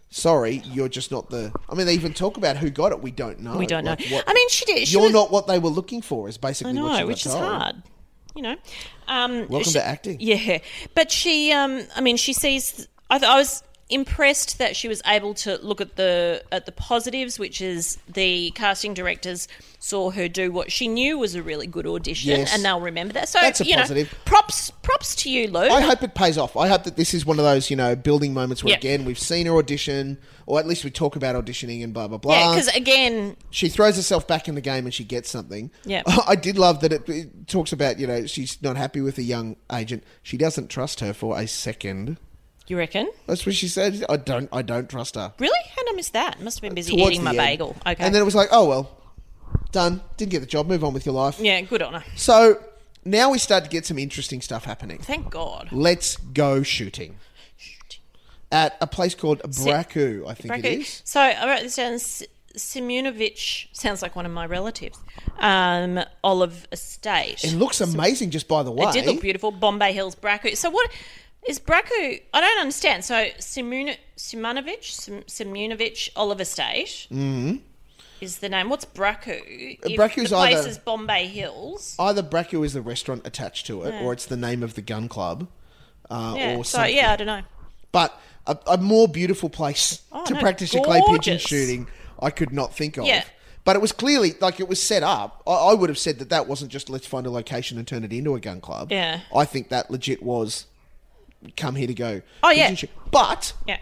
A: sorry, you're just not the. I mean, they even talk about who got it. We don't know.
F: We don't know.
A: Like, what-
F: I mean, she did. She
A: you're
F: was-
A: not what they were looking for. Is basically
F: I know,
A: what she got
F: which is
A: told.
F: hard. You know, um,
A: Welcome
F: she-
A: to acting.
F: Yeah, but she, um, I mean, she sees. I, th- I was impressed that she was able to look at the at the positives, which is the casting directors saw her do what she knew was a really good audition,
A: Yes.
F: and they'll remember that. So
A: That's a
F: you
A: positive.
F: know, props props to you, Lou.
A: I hope it pays off. I hope that this is one of those, you know, building moments where
F: Yeah.
A: again we've seen her audition, or at least we talk about auditioning and blah blah blah.
F: yeah, because again,
A: she throws herself back in the game and she gets something.
F: Yeah.
A: I did love that it, it talks about, you know, she's not happy with a young agent. She doesn't trust her for a second.
F: you reckon
A: That's what she said. I don't I don't trust her.
F: really? How did I miss that? Must have been busy
A: Uh, Towards
F: eating
A: the end.
F: my bagel. Okay,
A: And then it was like, oh well. Done. Didn't get the job, move on with your life.
F: yeah, good on her.
A: So now we start to get some interesting stuff happening.
F: Thank God.
A: Let's go shooting. At a place called Braku, I think
F: Braku.
A: it is.
F: So I wrote this down. S- Simunovic sounds like one of my relatives. Um, Olive Estate.
A: It looks amazing just by the way.
F: It did look beautiful. Bombay Hills, Braku. So what is Braku? I don't understand. So Simun- Simunovic, Sim- Simunovic, Olive Estate
A: Mm-hmm.
F: is the name. What's Braku? If
A: Braku's
F: the place
A: Uh, either-
F: is Bombay Hills.
A: either Braku is the restaurant attached to it, or it's the name of the gun club, uh,
F: Yeah.
A: or
F: So
A: something.
F: yeah, I don't know.
A: But a, a more beautiful place to
F: Oh, no,
A: practice your clay pigeon
F: gorgeous.
A: shooting, I could not think of.
F: Yeah.
A: But it was clearly like it was set up. I, I would have said that that wasn't just let's find a location and turn it into a gun club.
F: Yeah.
A: I think that legit was come here to go.
F: Oh, yeah.
A: pigeon shoot. But
F: Yeah.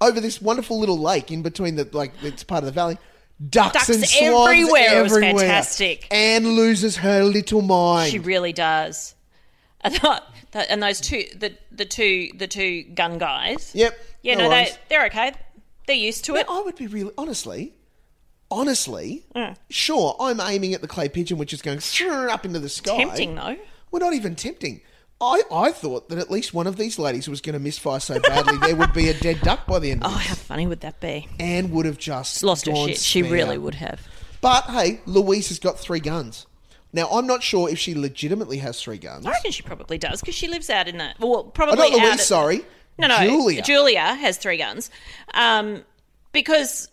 A: over this wonderful little lake in between the like it's part of the valley. Ducks,
F: Ducks
A: and swans
F: everywhere. It was
A: everywhere.
F: fantastic.
A: Anne loses her little mind.
F: She really does. And that- that- and those two, the, the two, the two gun guys.
A: Yep.
F: Yeah,
A: No
F: no, they,
A: worries.
F: they're okay. They're used to it.
A: I would be really honestly, honestly.
F: Mm.
A: Sure, I'm aiming at the clay pigeon, which is going shrrr up into the sky.
F: Tempting though.
A: We're not even tempting. I, I thought that at least one of these ladies was going to misfire so badly there would be a dead duck by the end.
F: Oh,
A: of
F: how funny would that be?
A: it. Anne would have just
F: Oh. Lost her
A: gone
F: shit. She
A: spare.
F: really would have.
A: But hey, Louise has got three guns. Now I'm not sure if she legitimately has three guns.
F: I reckon she probably does because she lives out in that. Well, probably
A: Oh, not
F: out
A: Louise.
F: at-
A: sorry.
F: No, no,
A: Julia.
F: Julia. has three guns, um, because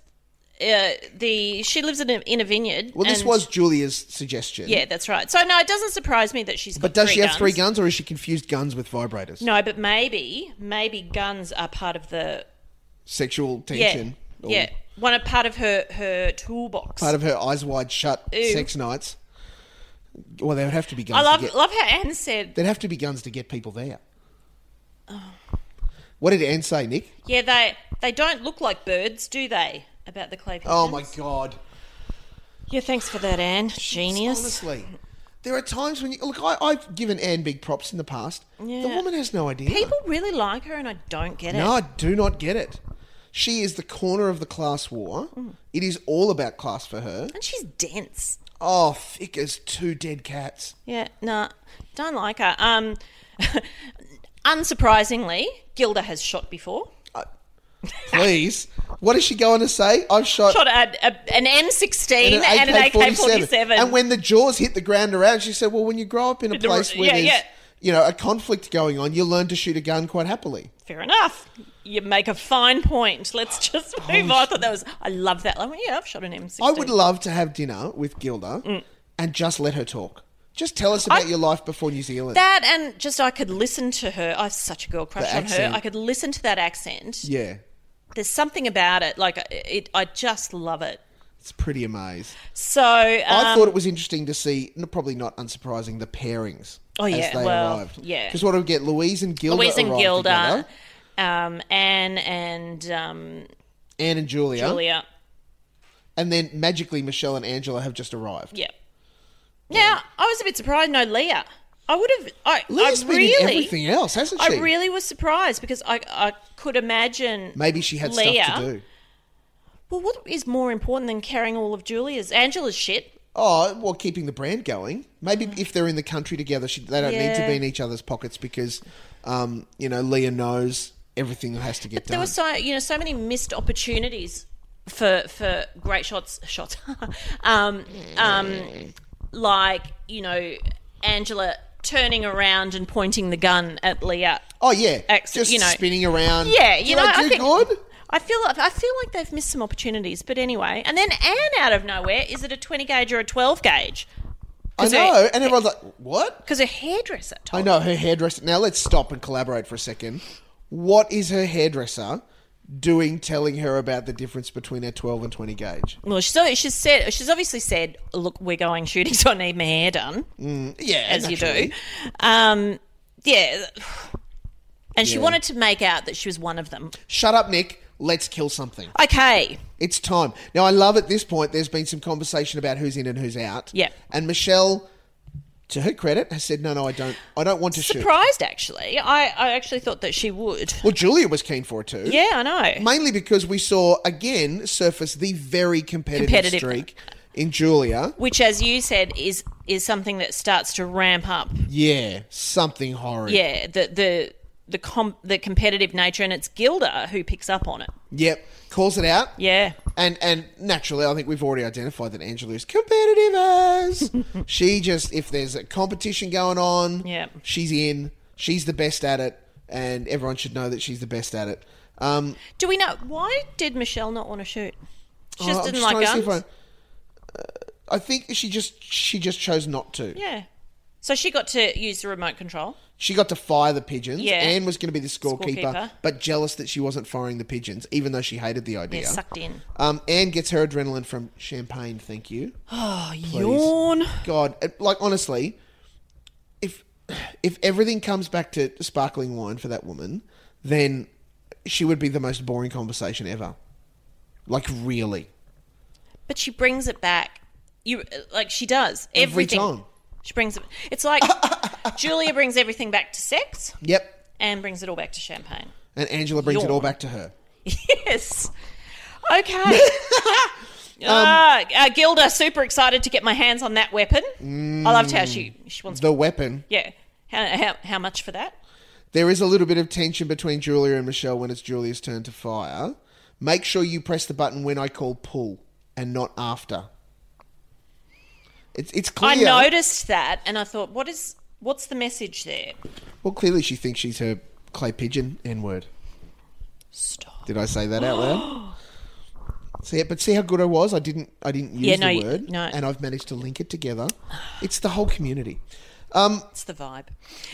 F: uh, the she lives in a, in a vineyard.
A: well, this
F: and-
A: was Julia's suggestion.
F: yeah, that's right. So no, it doesn't surprise me that she's.
A: But
F: got
A: does she have three guns, or is she confused guns with vibrators?
F: No, but maybe maybe guns are part of the
A: Sexual
F: yeah
A: tension. or-
F: yeah one are part of her her toolbox.
A: part of her eyes wide shut
F: Ew.
A: sex nights. Well, there would have to be guns.
F: I love
A: to get,
F: love how Anne said.
A: There'd have to be guns to get people there. What did Anne say, Nick?
F: Yeah, they they don't look like birds, do they? About the clay pigeons.
A: Oh my god!
F: Yeah, thanks for that, Anne. Genius.
A: Honestly, there are times when you look. I, I've given Anne big props in the past. The
F: Yeah.
A: woman has no idea.
F: People really like her, and I don't get it.
A: No, I do not get it. She is the corner of the class war.
F: Mm.
A: It is all about class for her.
F: And she's dense.
A: Oh, thick as two dead cats.
F: Yeah, no, don't like her. Um, unsurprisingly, Gilda has shot before.
A: Please, what is she going to say? I've
F: Shot a, a, an M16 and an AK-47.
A: And when the jaws hit the ground around, she said, "Well, when you grow up in a
F: The-
A: place where
F: yeah,
A: there's
F: yeah.
A: you know, a conflict going on, you learn to shoot a gun quite happily.
F: Fair enough. You make a fine point. Let's just move on. I thought that was. I love that. Like, yeah, I've shot an M16.
A: I would love to have dinner with Gilda
F: Mm.
A: and just let her talk. Just tell us about your life before New Zealand.
F: that and just I could listen to her. I have such a girl crush on
A: accent.
F: her. I could listen to that accent.
A: yeah,
F: There's something about it. Like uh, it, I just love it.
A: it's pretty amazing.
F: So um,
A: I thought it was interesting to see, n- probably not unsurprising, the pairings
F: Oh, yeah,
A: as they
F: well,
A: arrived.
F: yeah.
A: because what do we get? Louise and Gilda.
F: Louise and
A: arrived
F: Gilda,
A: together.
F: um, Anne and um,
A: Anne and Julia,
F: Julia.
A: and then magically Michelle and Angela have just arrived.
F: Yeah. Now I was a bit surprised. No, Leah. I would have. I,
A: Leah's
F: I
A: been in
F: really
A: everything else, hasn't she?
F: I really was surprised because I I could imagine
A: Maybe she had stuff to do.
F: Well, what is more important than carrying all of Julia's Angela's shit?
A: Oh, well, keeping the brand going. Maybe if they're in the country together, she, they don't need to
F: Mm. Yeah.
A: be in each other's pockets because, um, you know, Leah knows everything that has to get
F: There
A: done.
F: were so you know so many missed opportunities for for great shots shots, um, um, like you know Angela turning around and pointing the gun at Leah.
A: oh, yeah.
F: Ex-
A: Just
F: you know.
A: spinning around.
F: Yeah, you
A: Did
F: know
A: I do
F: I think
A: good?
F: I feel I feel like they've missed some opportunities, but anyway. And then Anne out of nowhere is it a twenty gauge or a twelve gauge?
A: I
F: 'Cause her-
A: know. And everyone's like, what?
F: Because a hairdresser
A: I
F: told
A: know her hairdresser. Now let's stop and collaborate for a second. What is her hairdresser doing telling her about the difference between a 12 and 20 gauge?
F: Well, she's, al- she's said she's obviously said, "Look, we're going shooting, so I need my hair done
A: Yeah.
F: as you
A: naturally.
F: do." Um, yeah, and she wanted to make out that she was one of them.
A: Shut up, Nick. Let's kill something.
F: Okay,
A: It's time. Now, I love at this point, there's been some conversation about who's in and who's out.
F: Yeah.
A: And Michelle, to her credit, has said, no, no, I don't. I don't want to shoot.
F: surprised actually. I, I actually thought that she would.
A: Well, Julia was keen for it too.
F: Yeah, I know.
A: Mainly because we saw, again, surface the very competitive,
F: Competitive.
A: streak in Julia.
F: Which, as you said, is is something that starts to ramp up.
A: Yeah. Something horrid.
F: Yeah, the the the com- the competitive nature, and it's Gilda who picks up on it.
A: Yep. Calls it out.
F: Yeah,
A: And and naturally, I think we've already identified that Angela is competitive as she just if there's a competition going on,
F: Yeah.
A: she's in. She's the best at it, and everyone should know that she's the best at it. Um,
F: Do we know why did Michelle not want to shoot? She
A: oh,
F: just
A: I'm
F: didn't
A: just
F: like
A: trying to see
F: guns.
A: if I, uh, I think she just she just chose not to.
F: Yeah. So she got to use the remote control.
A: She got to fire the pigeons.
F: Yeah.
A: Anne was going to be the scorekeeper,
F: Scorekeeper.
A: but jealous that she wasn't firing the pigeons, even though she hated the idea.
F: Yeah, sucked in.
A: Um, Anne gets her adrenaline from champagne. Thank you.
F: Oh, yawn.
A: God, it- like honestly, if if everything comes back to sparkling wine for that woman, then she would be the most boring conversation ever. Like really,
F: But she brings it back. You like she does
A: Every
F: everything.
A: time.
F: She brings it. It's like Julia brings everything back to sex
A: yep.
F: and brings it all back to champagne.
A: And Angela brings it all
F: Yawn.
A: back to her.
F: Yes. Okay.
A: Um,
F: ah, uh, Gilda, super excited to get my hands on that weapon. I loved how she she wants.
A: Mm. The weapon.
F: yeah. How, how how much for that?
A: There is a little bit of tension between Julia and Michelle when it's Julia's turn to fire. Make sure you press the button when I call pull and not after. It's it's clear.
F: I noticed that, and I thought, what is what's the message there?
A: Well, clearly she thinks she's her clay pigeon N word.
F: Stop.
A: Did I say that out loud? See, but see how good I was. I didn't. I didn't use
F: Yeah, no,
A: the
F: you-
A: word,
F: no.
A: and I've managed to link it together. It's the whole community.
F: It's the vibe.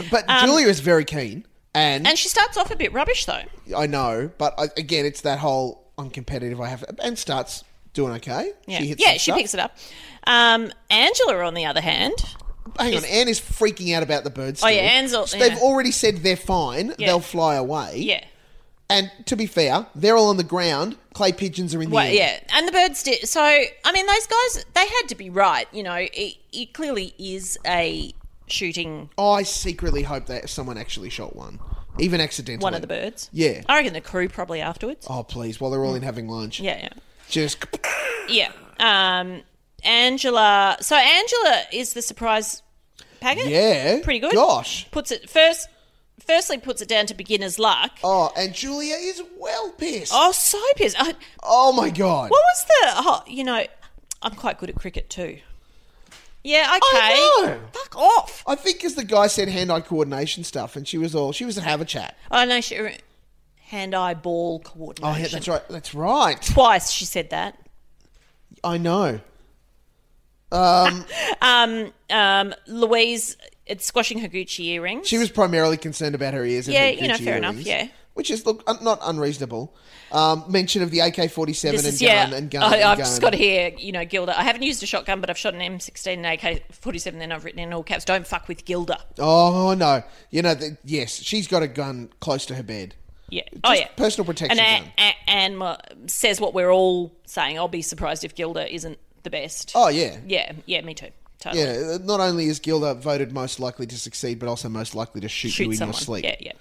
A: But Julia is very keen, and,
F: Um, And she starts off a bit rubbish though.
A: I know. But I, again, it's that whole I'm competitive. I have and starts doing okay.
F: Yeah,
A: She hits
F: yeah,
A: some
F: she
A: stuff.
F: picks it up. Um, Angela, on the other hand,
A: Hang on, Anne is freaking out about the birds.
F: Oh, yeah, Anne's all-
A: they've
F: yeah.
A: already said they're fine.
F: Yeah.
A: They'll fly away.
F: yeah,
A: And to be fair, they're all on the ground. Clay pigeons are in the
F: well,
A: air.
F: yeah, and the birds did. So I mean, those guys, they had to be right. You know, it, it clearly is a shooting
A: I secretly hope that someone actually shot one, even accidentally.
F: one of the birds.
A: Yeah.
F: I reckon the crew probably afterwards.
A: Oh, please. While they're all in having lunch.
F: Yeah,
A: Just.
F: yeah, yeah. Um, Angela. So Angela is the surprise packet.
A: Yeah.
F: pretty good.
A: Gosh.
F: puts it first. Firstly, puts it down to beginner's luck. Oh,
A: Oh, and Julia is well pissed. Oh,
F: oh so pissed. I,
A: my God.
F: oh, What was the? Oh, you know, I'm quite good at cricket too. Yeah, okay.
A: I know.
F: Fuck off.
A: I think because the guy said hand-eye coordination stuff, and she was all she was to have a chat.
F: I know Oh, she hand-eye ball
A: Oh,
F: coordination.
A: yeah, that's right. That's right.
F: Twice she said that.
A: I know.
F: Um, Louise, it's squashing her Gucci earrings.
A: She was primarily concerned about her ears. And
F: Yeah,
A: her
F: you know,
A: Gucci
F: fair enough,
A: earrings,
F: yeah.
A: which is look un- not unreasonable. Um, mention of the AK forty-seven
F: This
A: and
F: is
A: gun
F: yeah.
A: and gun.
F: I,
A: and
F: I've just
A: gun.
F: got here, you know, Gilda. I haven't used a shotgun, but I've shot an M16 and AK-47. Then I've written in all caps, "Don't fuck with Gilda."
A: Oh no! You know, the, yes, she's got a gun close to her bed.
F: Yeah. oh
A: Just
F: yeah.
A: personal protection
F: And
A: gun.
F: a- a- Anne wa- says what we're all saying. I'll be surprised if Gilda isn't the best.
A: Oh yeah,
F: Yeah. Yeah. Me too. Totally.
A: yeah. Not only is Gilda voted most likely to succeed, but also most likely to shoot,
F: Shoot
A: you in
F: someone.
A: your sleep.
F: Yeah. Yeah.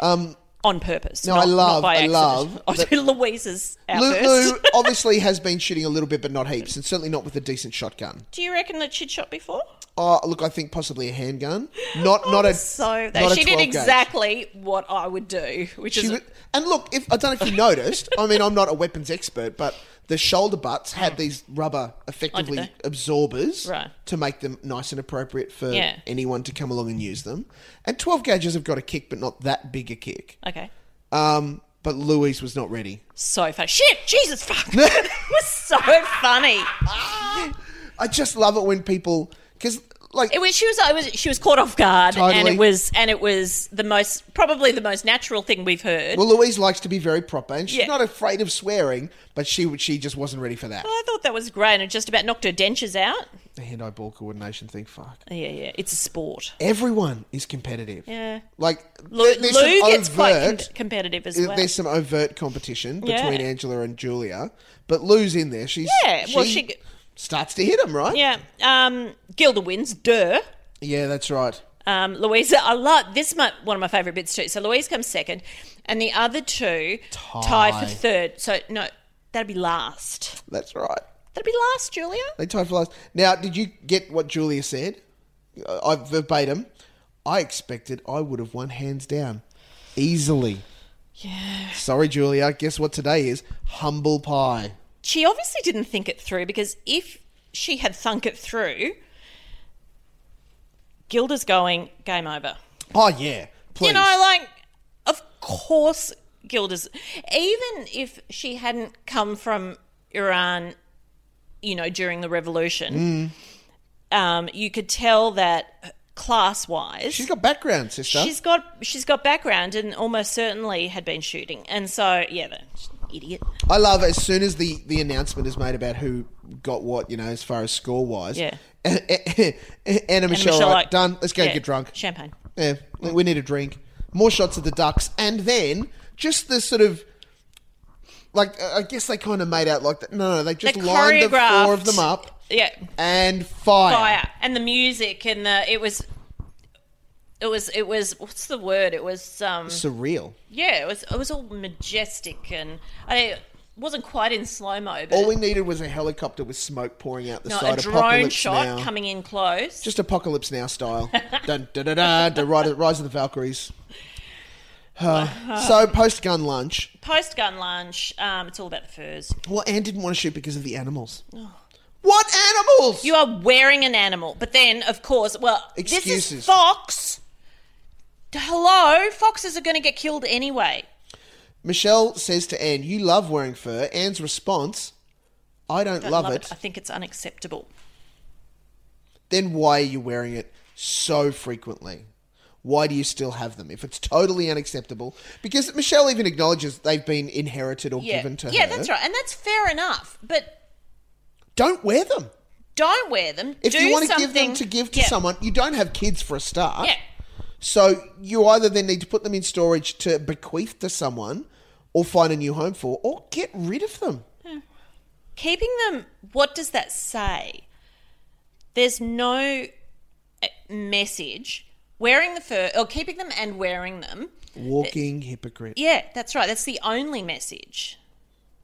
F: Um. On purpose.
A: no,
F: not-
A: I love-
F: Not by
A: I
F: accident.
A: love
F: Oh,
A: that-
F: Louise's
A: Lou,
F: outburst.
A: Lou obviously has been shooting a little bit, but not heaps, and certainly not with a decent shotgun.
F: Do you reckon that she'd shot before?
A: Oh, look, I think possibly a handgun. Not not a
F: Oh, So
A: not a
F: she did
A: 12 gauge.
F: exactly what I would do, which
A: She
F: is
A: was, and look, if I don't know if you noticed, I mean, I'm not a weapons expert, but the shoulder butts had these rubber, effectively
F: Hmm. Oh, they?
A: absorbers
F: Right.
A: to make them nice and appropriate for
F: Yeah.
A: anyone to come along and use them. And 12 gauges have got a kick, but not that big a kick.
F: okay.
A: Um, but Louise was not ready.
F: So funny. Shit, Jesus fuck. it was so funny.
A: I just love it when people, because like
F: Ah! It was she was, I was she was caught off guard and
A: Totally.
F: it was and it was the most probably the most natural thing we've heard.
A: Well, Louise likes to be very proper, and she's
F: Yeah.
A: not afraid of swearing, but she would- she just wasn't ready for that.
F: I thought that was great and it just about knocked her dentures out.
A: The hand-eye ball coordination thing, fuck.
F: Yeah, yeah. It's a sport.
A: Everyone is competitive.
F: Yeah.
A: Like
F: Lou,
A: there- there's
F: Lou
A: some
F: gets quite com-
A: overt-
F: competitive as
A: there-
F: well.
A: There's some overt competition
F: Yeah.
A: between Angela and Julia, but Lou's in there. She's
F: Yeah, well, she-
A: starts to hit him, right?
F: Yeah. Um Gilda wins, duh.
A: yeah, that's right.
F: Um, Louisa, I love this. is My, one of my favorite bits too. So Louise comes second, and the other two tie, for
A: Tie.
F: third. So no, that'd be last.
A: That's right.
F: That'd be last, Julia.
A: They tie for last. Now, did you get what Julia said? Uh, I verbatim. I expected I would have won hands down, easily. Yeah. Sorry, Julia. Guess what today is? Humble pie.
F: She obviously didn't think it through because if she had thunk it through, Gilda's going game over.
A: Oh yeah. Please.
F: You know, like of course Gilda's. Even if she hadn't come from Iran, you know, during the revolution,
A: Mm.
F: um, you could tell that class-wise,
A: she's got background, sister.
F: she's got she's got background and almost certainly had been shooting. And so, yeah, the she's an idiot.
A: I love as soon as the the announcement is made about who got what, you know, as far as score wise.
F: Yeah.
A: Anna Michelle, right, done. Let's go
F: yeah,
A: get drunk.
F: Champagne.
A: Yeah, we need a drink. More shots of the ducks, and then just the sort of like I guess they kind of made out like that. No, no, they just
F: They
A: lined the four of
F: choreographed-
A: them up
F: Yeah,
A: and fire.
F: fire and the music and the it was. It was it was what's the word? It was um
A: Surreal.
F: yeah, it was it was all majestic and I wasn't quite in slow mo, but
A: All we needed was a helicopter with smoke pouring out the
F: no, a
A: side.
F: drone
A: apocalypse
F: shot
A: now.
F: coming in close.
A: just apocalypse now style. dun, dun, dun, dun, dun, Rise of- Rise of the Valkyries. Uh, so post gun lunch.
F: Post gun lunch, um, it's all about the furs.
A: Well, Anne didn't want to shoot because of the animals. What animals?
F: Oh. You are wearing an animal, but then, of course, well, this
A: Excuses.
F: is fox. Hello, foxes are going to get killed anyway.
A: Michelle says to Anne, "You love wearing fur." Anne's response, "I don't,
F: Don't
A: love, it.
F: I think it's unacceptable.
A: Then why are you wearing it so frequently? Why do you still have them if it's totally unacceptable? Because Michelle even acknowledges they've been inherited or
F: Yeah,
A: given to
F: yeah,
A: her.
F: that's right, and that's fair enough. But
A: Don't wear them.
F: don't wear them.
A: If
F: Do
A: you want to
F: something,
A: give them to give to
F: Yeah,
A: someone, you don't have kids for a start.
F: yeah,
A: So you either then need to put them in storage to bequeath to someone, or find a new home for, or get rid of them.
F: keeping them. What does that say? There's no uh, message. Wearing the fur, or keeping them and wearing them.
A: Walking hypocrite.
F: Uh, Yeah, that's right. That's the only message.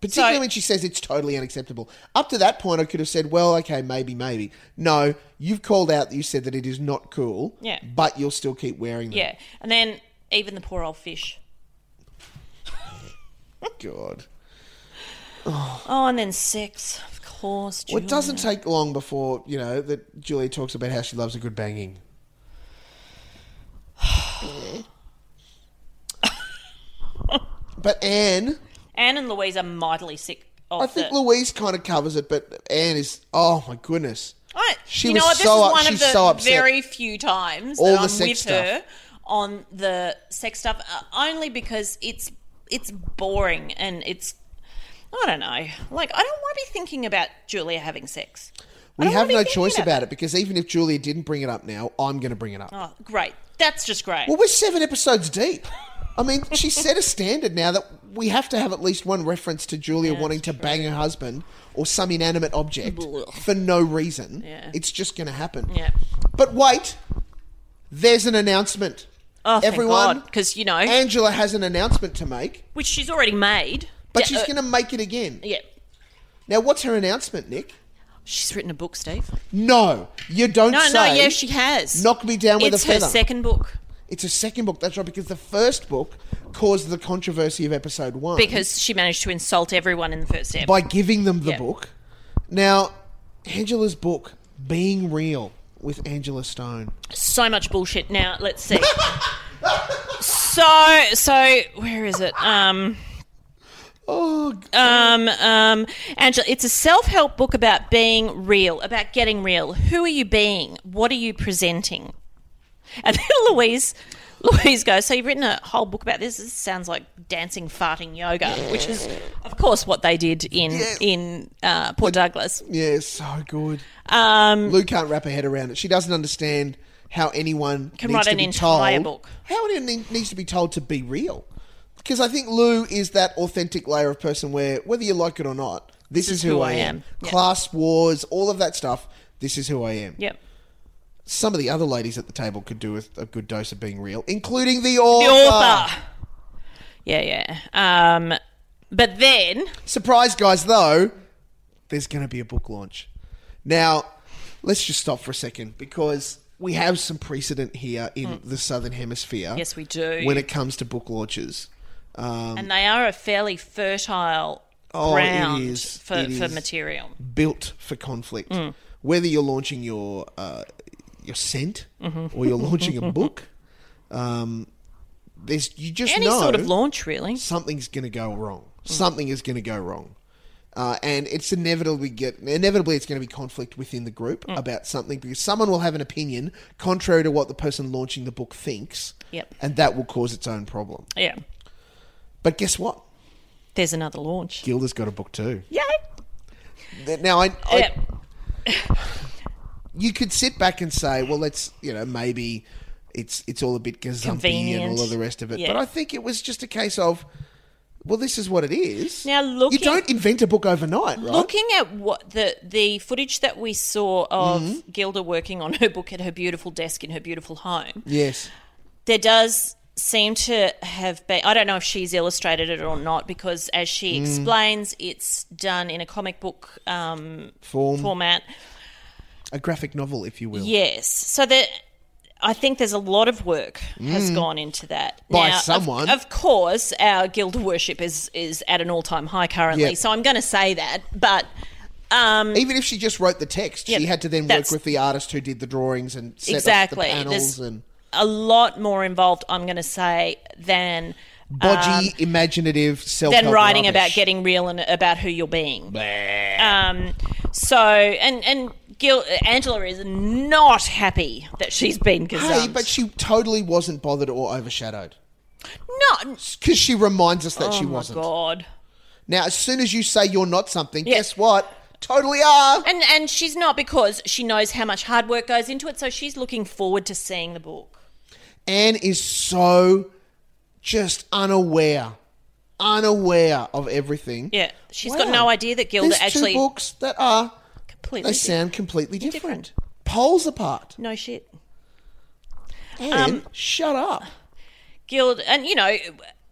A: Particularly
F: So-
A: when she says it's totally unacceptable. Up to that point, I could have said, well, okay, maybe, maybe. No, you've called out that you said that it is not cool,
F: Yeah.
A: but you'll still keep wearing them.
F: Yeah, and then even the poor old fish.
A: God.
F: Oh, and then Oh, sex, of course. course,
A: Well, it doesn't
F: Julia.
A: take long before, you know, that Julia talks about how she loves a good banging. but Anne,
F: Anne and Louise are mightily sick. Of
A: I think
F: the-
A: Louise kind of covers it, but Anne is, oh my goodness.
F: I,
A: She
F: you
A: was
F: know what? This
A: so
F: is
A: up-
F: one
A: she's
F: of the
A: so upset.
F: very few times
A: All
F: that
A: the
F: I'm
A: sex
F: with her on the sex stuff, uh, only because it's it's boring and it's I don't know. Like I don't want to be thinking about Julia having sex.
A: We
F: don't
A: have
F: wanna
A: no
F: be
A: choice
F: thinking
A: about it because even if Julia didn't bring it up now, I'm going to bring it up.
F: Oh, great! That's just great.
A: Well, we're seven episodes deep. I mean, she set a standard now that we have to have at least one reference to Julia wanting to bang her husband or some inanimate object for no reason.
F: Yeah.
A: It's just going to happen.
F: Yeah.
A: But wait, there's an announcement.
F: oh, thank
A: Everyone,
F: God, because you know,
A: Angela has an announcement to make,
F: which she's already made,
A: but
F: Yeah,
A: she's
F: uh,
A: going to make it again.
F: yeah.
A: Now, what's her announcement, Nick?
F: She's written a book, Steve.
A: No, you don't
F: No,
A: say.
F: no, yeah, she has.
A: Knock me down with
F: it's
A: a feather.
F: her second book
A: It's a second book. That's right, because the first book caused the controversy of episode one.
F: because she managed to insult everyone in the first step.
A: by giving them the
F: Yeah.
A: book. Now, Angela's book, Being Real with Angela Stone.
F: so much bullshit now let's see so so where is it um
A: Oh, g-
F: um um angela it's a self-help book about being real about getting real who are you being what are you presenting and then louise louise goes so you've written a whole book about this this sounds like dancing farting yoga which is of course what they did in in uh, port douglas
A: yeah, it's so good.
F: um
A: Lou can't wrap her head around it. She doesn't understand how anyone
F: Can
A: needs
F: write
A: to
F: an
A: be
F: entire
A: told,
F: book.
A: How anyone ne- needs to be told to be real. Because I think Lou is that authentic layer of person where, whether you like it or not, this, is who, I am.
F: Yeah.
A: Class wars, all of that stuff. This is who I am.
F: yep
A: Some of the other ladies at the table could do with a good dose of being real, including
F: the author yeah yeah um but then
A: Surprise, guys, though, there's going to be a book launch. Now, let's just stop for a second because we have some precedent here in the Southern Hemisphere.
F: Hmm. Yes, we do.
A: When it comes to book launches. Um,
F: and they are a fairly fertile
A: Oh, it
F: ground
A: is.
F: for,
A: It
F: for
A: is.
F: material.
A: built for conflict.
F: Hmm.
A: Whether you're launching your uh, your scent
F: Mm-hmm.
A: or you're launching a book, um, there's you just
F: Any
A: know
F: sort of launch, really.
A: something's going to go wrong. Something is going to go wrong. Uh, and it's inevitably get inevitably it's going to be conflict within the group
F: Mm.
A: about something because someone will have an opinion contrary to what the person launching the book thinks.
F: Yep.
A: And that will cause its own problem.
F: Yeah.
A: But guess what?
F: There's another launch.
A: Gilda's got a book too.
F: Yay!
A: Th- Now I, I
F: Yeah.
A: you could sit back and say, well, let's you know maybe it's it's all a bit gazumpy and
F: Convenient.
A: all of the rest of it.
F: Yeah.
A: But I think it was just a case of, well, this is what it is.
F: Now,
A: you
F: looking-
A: don't invent a book overnight, right?
F: Looking at what the the footage that we saw of
A: Mm-hmm.
F: Gilda working on her book at her beautiful desk in her beautiful home,
A: yes.
F: there does seem to have been I don't know if she's illustrated it or not because as she
A: Mm.
F: explains, it's done in a comic book um,
A: Form,
F: format.
A: a graphic novel, if you will.
F: Yes. So that I think there's a lot of work has gone into that
A: Mm. By
F: of-
A: someone.
F: Of, course, our guild worship is is at an all time high currently.
A: Yep.
F: So I'm going to say that, but um,
A: Even if she just wrote the text, she
F: Yeah,
A: had to then work
F: that's-
A: with the artist who did the drawings and set
F: Exactly.
A: up the panels
F: There's-
A: and
F: a lot more involved. I'm going to say than
A: bodgy,
F: um,
A: imaginative self.
F: than writing about getting real and about who you're being. Um, so and and Gil, Angela is not happy that she's been
A: Hey,
F: gazumped.
A: but she totally wasn't bothered or overshadowed
F: no,
A: because she reminds us that she
F: oh my
A: wasn't.
F: god.
A: Now, as soon as you say you're not something,
F: Yeah.
A: guess what? Totally are.
F: And and she's not because she knows how much hard work goes into it, so she's looking forward to seeing the book.
A: Anne is so just unaware, unaware of everything.
F: Yeah. she's
A: she's
F: got no idea that Gilda
A: There's
F: actually
A: two books that are
F: completely
A: they sound completely different.
F: Different.
A: Poles apart.
F: no shit.
A: Anne, shut up.
F: Gilda and you know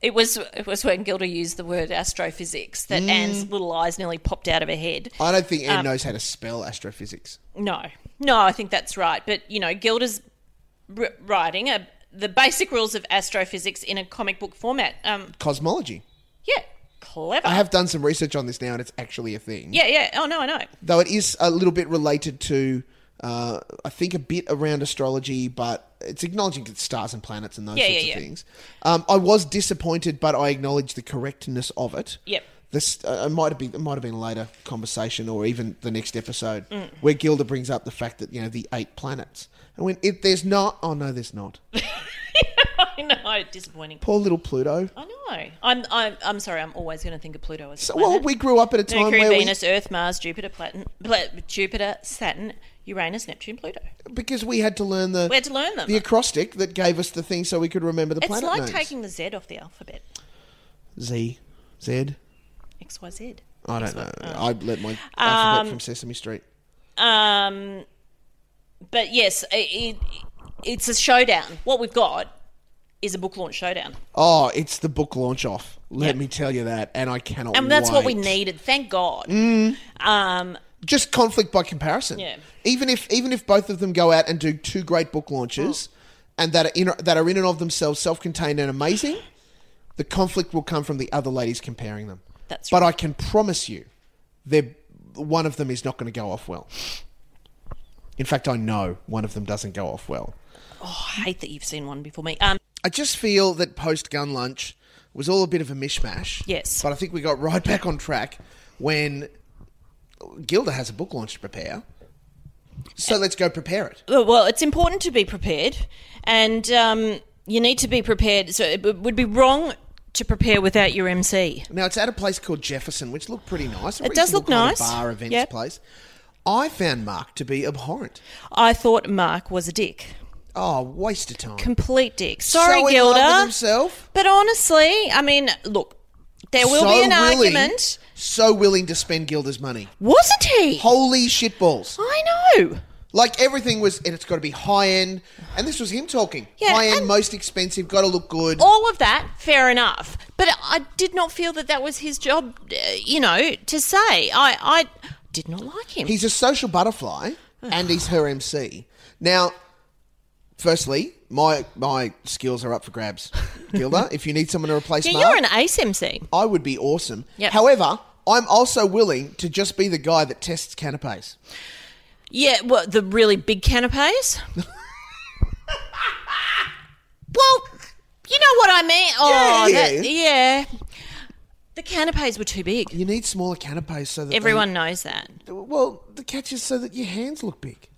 F: it was it was when Gilda used the word astrophysics that Anne's little eyes nearly popped out of her head.
A: I don't think Anne knows how to spell astrophysics.
F: No, no, I think that's right. But you know, Gilda's r- writing a, the basic rules of astrophysics in a comic book format. Um,
A: Cosmology.
F: yeah, clever.
A: I have done some research on this now, and it's actually a thing.
F: yeah, yeah. Oh no, I know.
A: Though it is a little bit related to, uh, I think, a bit around astrology, but it's acknowledging stars and planets and those
F: Yeah,
A: sorts
F: yeah,
A: of
F: yeah.
A: things. Um, I was disappointed, but I acknowledge the correctness of it.
F: Yep.
A: This uh, it might have been it might have been a later conversation or even the next episode where Gilda brings up the fact that you know the eight planets and when it there's not oh no there's not
F: I know. Disappointing.
A: poor little Pluto
F: I know. I'm. I'm. I'm sorry. I'm always going to think of Pluto as. a
A: So, well,
F: planet.
A: we grew up at a time
F: Mercury,
A: where
F: Venus, Earth, Mars, Jupiter, Platin, Pla- Jupiter, Saturn, Uranus, Neptune, Pluto.
A: we because we had to learn the
F: We had to learn them.
A: the acrostic that gave us the thing so we could remember the
F: it's
A: planet
F: like
A: names.
F: taking the Z off the alphabet.
A: Z Z.
F: X, Y, Z.
A: I don't know. I'd let my alphabet from Sesame Street.
F: Um, but yes, i it, it's a showdown. What we've got is a book launch showdown,
A: Oh, it's the book launch off. Let
F: Yep.
A: me tell you that, and I cannot.
F: and that's what we
A: wait.
F: needed. Thank God.
A: Mm.
F: Um,
A: Just conflict by comparison.
F: Yeah.
A: Even if even if both of them go out and do two great book launches,
F: Oh.
A: and that are in that are in and of themselves self-contained and amazing, the conflict will come from the other ladies comparing them.
F: That's
A: But
F: right.
A: I can promise you, they're one of them is not going to go off well. In fact, I know one of them doesn't go off well.
F: I hate that you've seen one before me. Um,
A: I just feel that post gun lunch was all a bit of a mishmash.
F: Yes.
A: But I think we got right back on track when Gilda has a book launch to prepare. So let's go prepare it.
F: Uh, well, it's important to be prepared, and um, you need to be prepared. So it would be wrong to prepare without your MC.
A: Now it's at a place called Jefferson, which looked pretty nice. A
F: It does
A: reasonable
F: look
A: kind of
F: nice.
A: bar events
F: Yep.
A: place. I found Mark to be abhorrent.
F: I thought Mark was a dick,
A: Oh, waste of time.
F: complete dick. Sorry,
A: so in
F: Gilda.
A: Love with himself.
F: But honestly, I mean, look, there will
A: so
F: be an
A: willing,
F: argument.
A: So willing to spend Gilda's money.
F: Wasn't he?
A: Holy shitballs.
F: I know.
A: Like everything was, and it's got to be high end. And this was him talking.
F: Yeah,
A: high end,
F: and-
A: most expensive, got to look good.
F: All of that, fair enough. But I did not feel that that was his job, uh, you know, to say. I, I did not like him.
A: He's a social butterfly, and he's her MC. Now, firstly, my my skills are up for grabs, Gilda. if you need someone to replace
F: yeah,
A: Mark,
F: you're an ace MC.
A: I would be awesome.
F: Yep.
A: However, I'm also willing to just be the guy that tests canapes.
F: Yeah, well, the really big canapes. well, you know what I mean. Oh,
A: Yeah,
F: that-
A: yeah.
F: yeah. The canapes were too big.
A: You need smaller canapes so that they-
F: Everyone knows that.
A: well, the catch is so that your hands look big.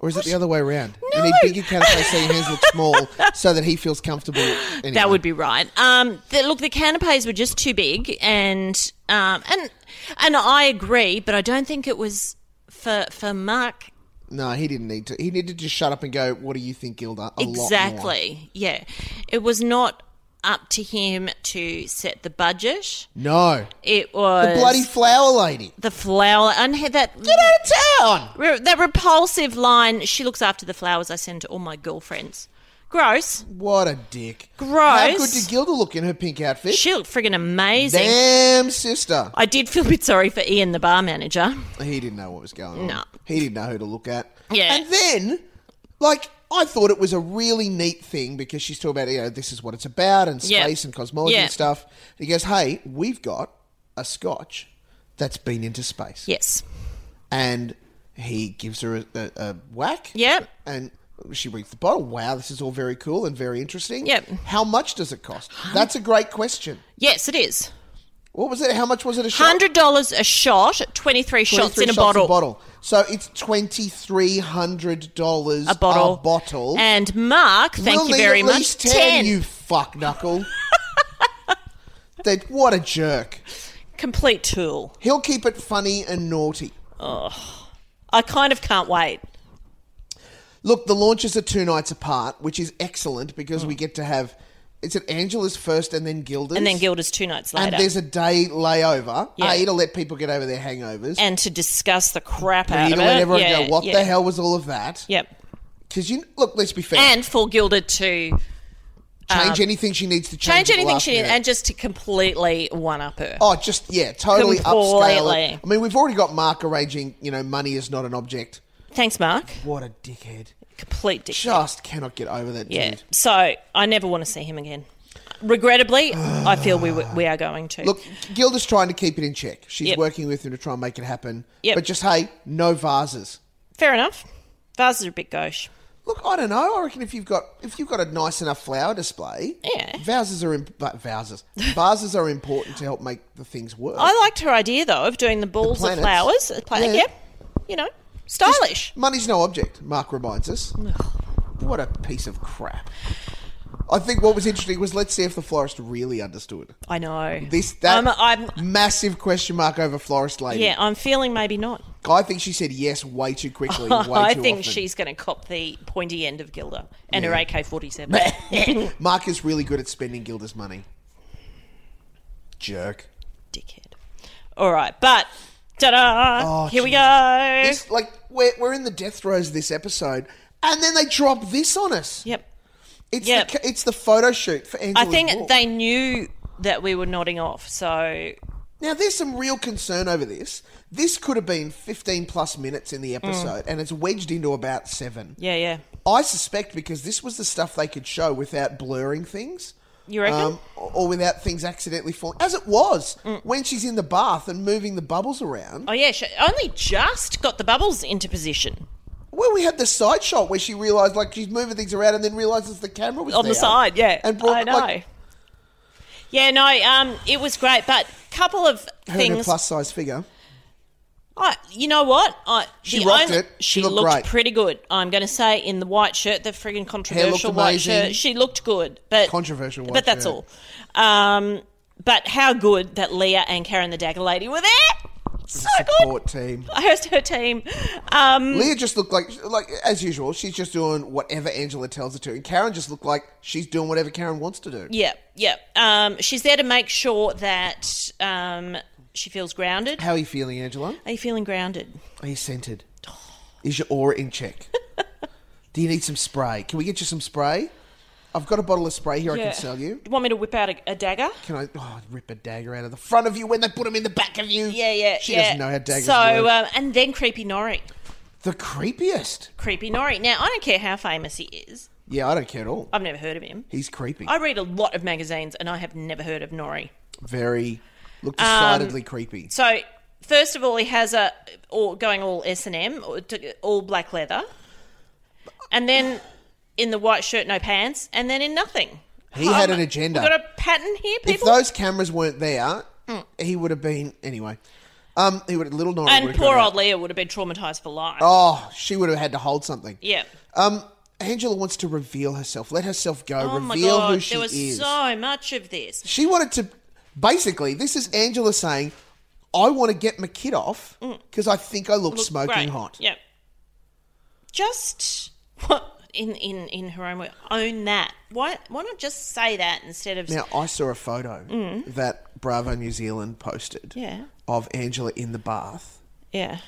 A: Or is it the other way around? You need
F: No.
A: bigger canapes so your hands look small so that he feels comfortable. Anyway.
F: That would be right. Um, the, look, the canapes were just too big, and um, and and I agree, but I don't think it was for for Mark
A: No, he didn't need to. He needed to just shut up and go, What do you think, Gilda? A lot more."
F: exactly. Yeah, it was not up to him to set the budget.
A: No.
F: It
A: The
F: was
A: bloody flower lady.
F: the flower and he- that
A: Get out of town!
F: re- that repulsive line. She looks after the flowers I send to all my girlfriends. Gross.
A: What a dick.
F: Gross.
A: How good did Gilda look in her pink outfit?
F: She looked friggin' amazing.
A: Damn, sister.
F: I did feel a bit sorry for Ian, the bar manager.
A: He didn't know what was going on.
F: No.
A: He didn't know who to look at.
F: Yeah.
A: And then, like, I thought it was a really neat thing because she's talking about, you know, this is what it's about and space
F: Yeah.
A: and cosmology
F: Yeah.
A: and stuff. He goes, hey, we've got a scotch that's been into space.
F: Yes.
A: And he gives her a, a, a whack.
F: Yep.
A: And she reads the bottle. Wow, this is all very cool and very interesting.
F: Yep.
A: How much does it cost? That's a great question.
F: Yes, it is.
A: What was it? How much was it a shot?
F: Hundred dollars a shot, twenty three shots in a
A: 23
F: bottle.
A: So it's twenty three hundred dollars
F: A bottle.
A: bottle.
F: And Mark, thank
A: We'll
F: you
A: need
F: very
A: at
F: much.
A: least
F: ten.
A: You fuck knuckle. that what a jerk.
F: Complete tool.
A: He'll keep it funny and naughty.
F: I kind of can't wait.
A: Look, the launches are two nights apart, which is excellent because we get to have. It's at Angela's first, and then Gilda's,
F: Hmm. And then Gilda's two nights
A: And
F: later.
A: there's a day layover.
F: Yeah.
A: A to let people get over their hangovers.
F: And to discuss the crap out
A: B,
F: of
A: to let
F: it.
A: everyone
F: yeah,
A: go, what
F: yeah.
A: the hell was all of that?
F: Yep.
A: Because you look, let's be fair.
F: And for Gilda to
A: change anything she needs to change.
F: Um, change
A: at the
F: anything
A: last
F: she needs
A: minute.
F: and just to completely one up her.
A: Oh, just yeah, totally upscale. it.
F: Completely.
A: I mean, we've already got Mark arranging. You know, money is not an object.
F: Thanks, Mark.
A: What a dickhead!
F: Complete dick.
A: Just cannot get over that
F: Yeah.
A: dude.
F: So I never want to see him again. Regrettably, I feel we we are going to.
A: Look, Gilda's trying to keep it in check. She's
F: Yep.
A: working with him to try and make it happen.
F: Yep.
A: But just hey, no vases.
F: fair enough. Vases are a bit gauche.
A: Look, I don't know. I reckon if you've got if you've got a nice enough flower display,
F: Yeah.
A: vases are imp- but vases. vases are important to help make the things work.
F: I liked her idea though of doing the balls of
A: planets.
F: flowers. The planet,
A: Yeah.
F: yeah. you know, stylish.
A: Money's no object, Mark reminds us. What a piece of crap. I think what was interesting was let's see if the florist really understood
F: I know
A: this. That
F: Um, I'm, I'm
A: massive question mark over florist lady.
F: yeah, I'm feeling maybe not.
A: I think she said yes way too quickly. and way
F: I
A: too
F: think
A: often.
F: she's going to cop the pointy end of Gilda and her AK forty seven.
A: Mark is really good at spending Gilda's money. Jerk.
F: Dickhead. All right, but ta da!
A: Oh,
F: Here we go.
A: It's like we're, we're in the death throes of this episode, and then they drop this on us.
F: Yep.
A: It's
F: Yep.
A: the ca- it's the photo shoot for
F: I
A: Angela's
F: think
A: book.
F: they knew that we were nodding off, so
A: Now, there's some real concern over this. This could have been 15 plus minutes in the
F: Hmm.
A: episode, and it's wedged into about seven.
F: yeah, yeah.
A: I suspect because this was the stuff they could show without blurring things. um,
F: You reckon? Hmm.
A: or or without things accidentally falling. As it was when she's in the bath and moving the bubbles around.
F: Oh yeah, she only just got the bubbles into position
A: Well, we had the side shot where she realised, like, she's moving things around and then realises the camera was
F: on the
A: there.
F: side. Yeah,
A: And brought,
F: I know.
A: like,
F: yeah, no, um, it was great, but couple of
A: her in her
F: things.
A: plus size figure.
F: Oh I, you know what? I,
A: She
F: the
A: rocked it. She
F: She,
A: looked
F: looked,
A: great.
F: pretty good. I'm going to say in the white shirt, the friggin' controversial white
A: amazing.
F: shirt. She looked good, but
A: Controversial white
F: But that's
A: shirt.
F: all. Um, but how good that Leah and Karen the Dagger Lady were there. So good.
A: Support team.
F: I host her team. Um,
A: Leah just looked like, like as usual, she's just doing whatever Angela tells her to, and Karen just looked like she's doing whatever Karen wants to do.
F: yeah, yeah. Um, she's there to make sure that um, she feels grounded.
A: How are you feeling, Angela?
F: Are you feeling grounded?
A: Are you scented? Is your aura in check? do you need some spray? Can we get you some spray? I've got a bottle of spray here. I
F: Yeah.
A: can sell you.
F: Want me to whip out a, a dagger?
A: Can I oh, rip a dagger out of the front of you when they put them in the back of you?
F: Yeah, yeah.
A: She
F: yeah.
A: doesn't know how daggers
F: So,
A: work.
F: um, and then creepy Nori.
A: the creepiest.
F: creepy Nori. Now, I don't care how famous he is.
A: Yeah, I don't care at all.
F: I've never heard of him.
A: He's creepy.
F: I read a lot of magazines and I have never heard of Nori.
A: Very, look
F: Um,
A: decidedly creepy.
F: So, first of all, he has a all, going all S&M, or t- all black leather. And then in the white shirt, no pants, and then in nothing.
A: He had
F: Um,
A: an agenda.
F: We've got a pattern here,
A: If
F: people. Mm.
A: those cameras weren't there, he would have been anyway. Um, he would little Nora.
F: and
A: would have
F: poor
A: gone out.
F: old Leah would have been traumatized for life.
A: Oh, she would have had to hold something.
F: Yeah.
A: Um, Angela wants to reveal herself. Let herself go.
F: Oh
A: reveal
F: my god,
A: who she
F: there was
A: is.
F: so much of this.
A: She wanted to. Basically, this is Angela saying, "I want to get my kid off because I think I look,
F: Mm. Look
A: smoking
F: great.
A: hot."
F: Yep. Just what in in in her own way, own that. Why why not just say that instead of
A: Now, I saw a photo that Bravo New Zealand posted
F: Mm. Yeah.
A: of Angela in the bath,
F: yeah.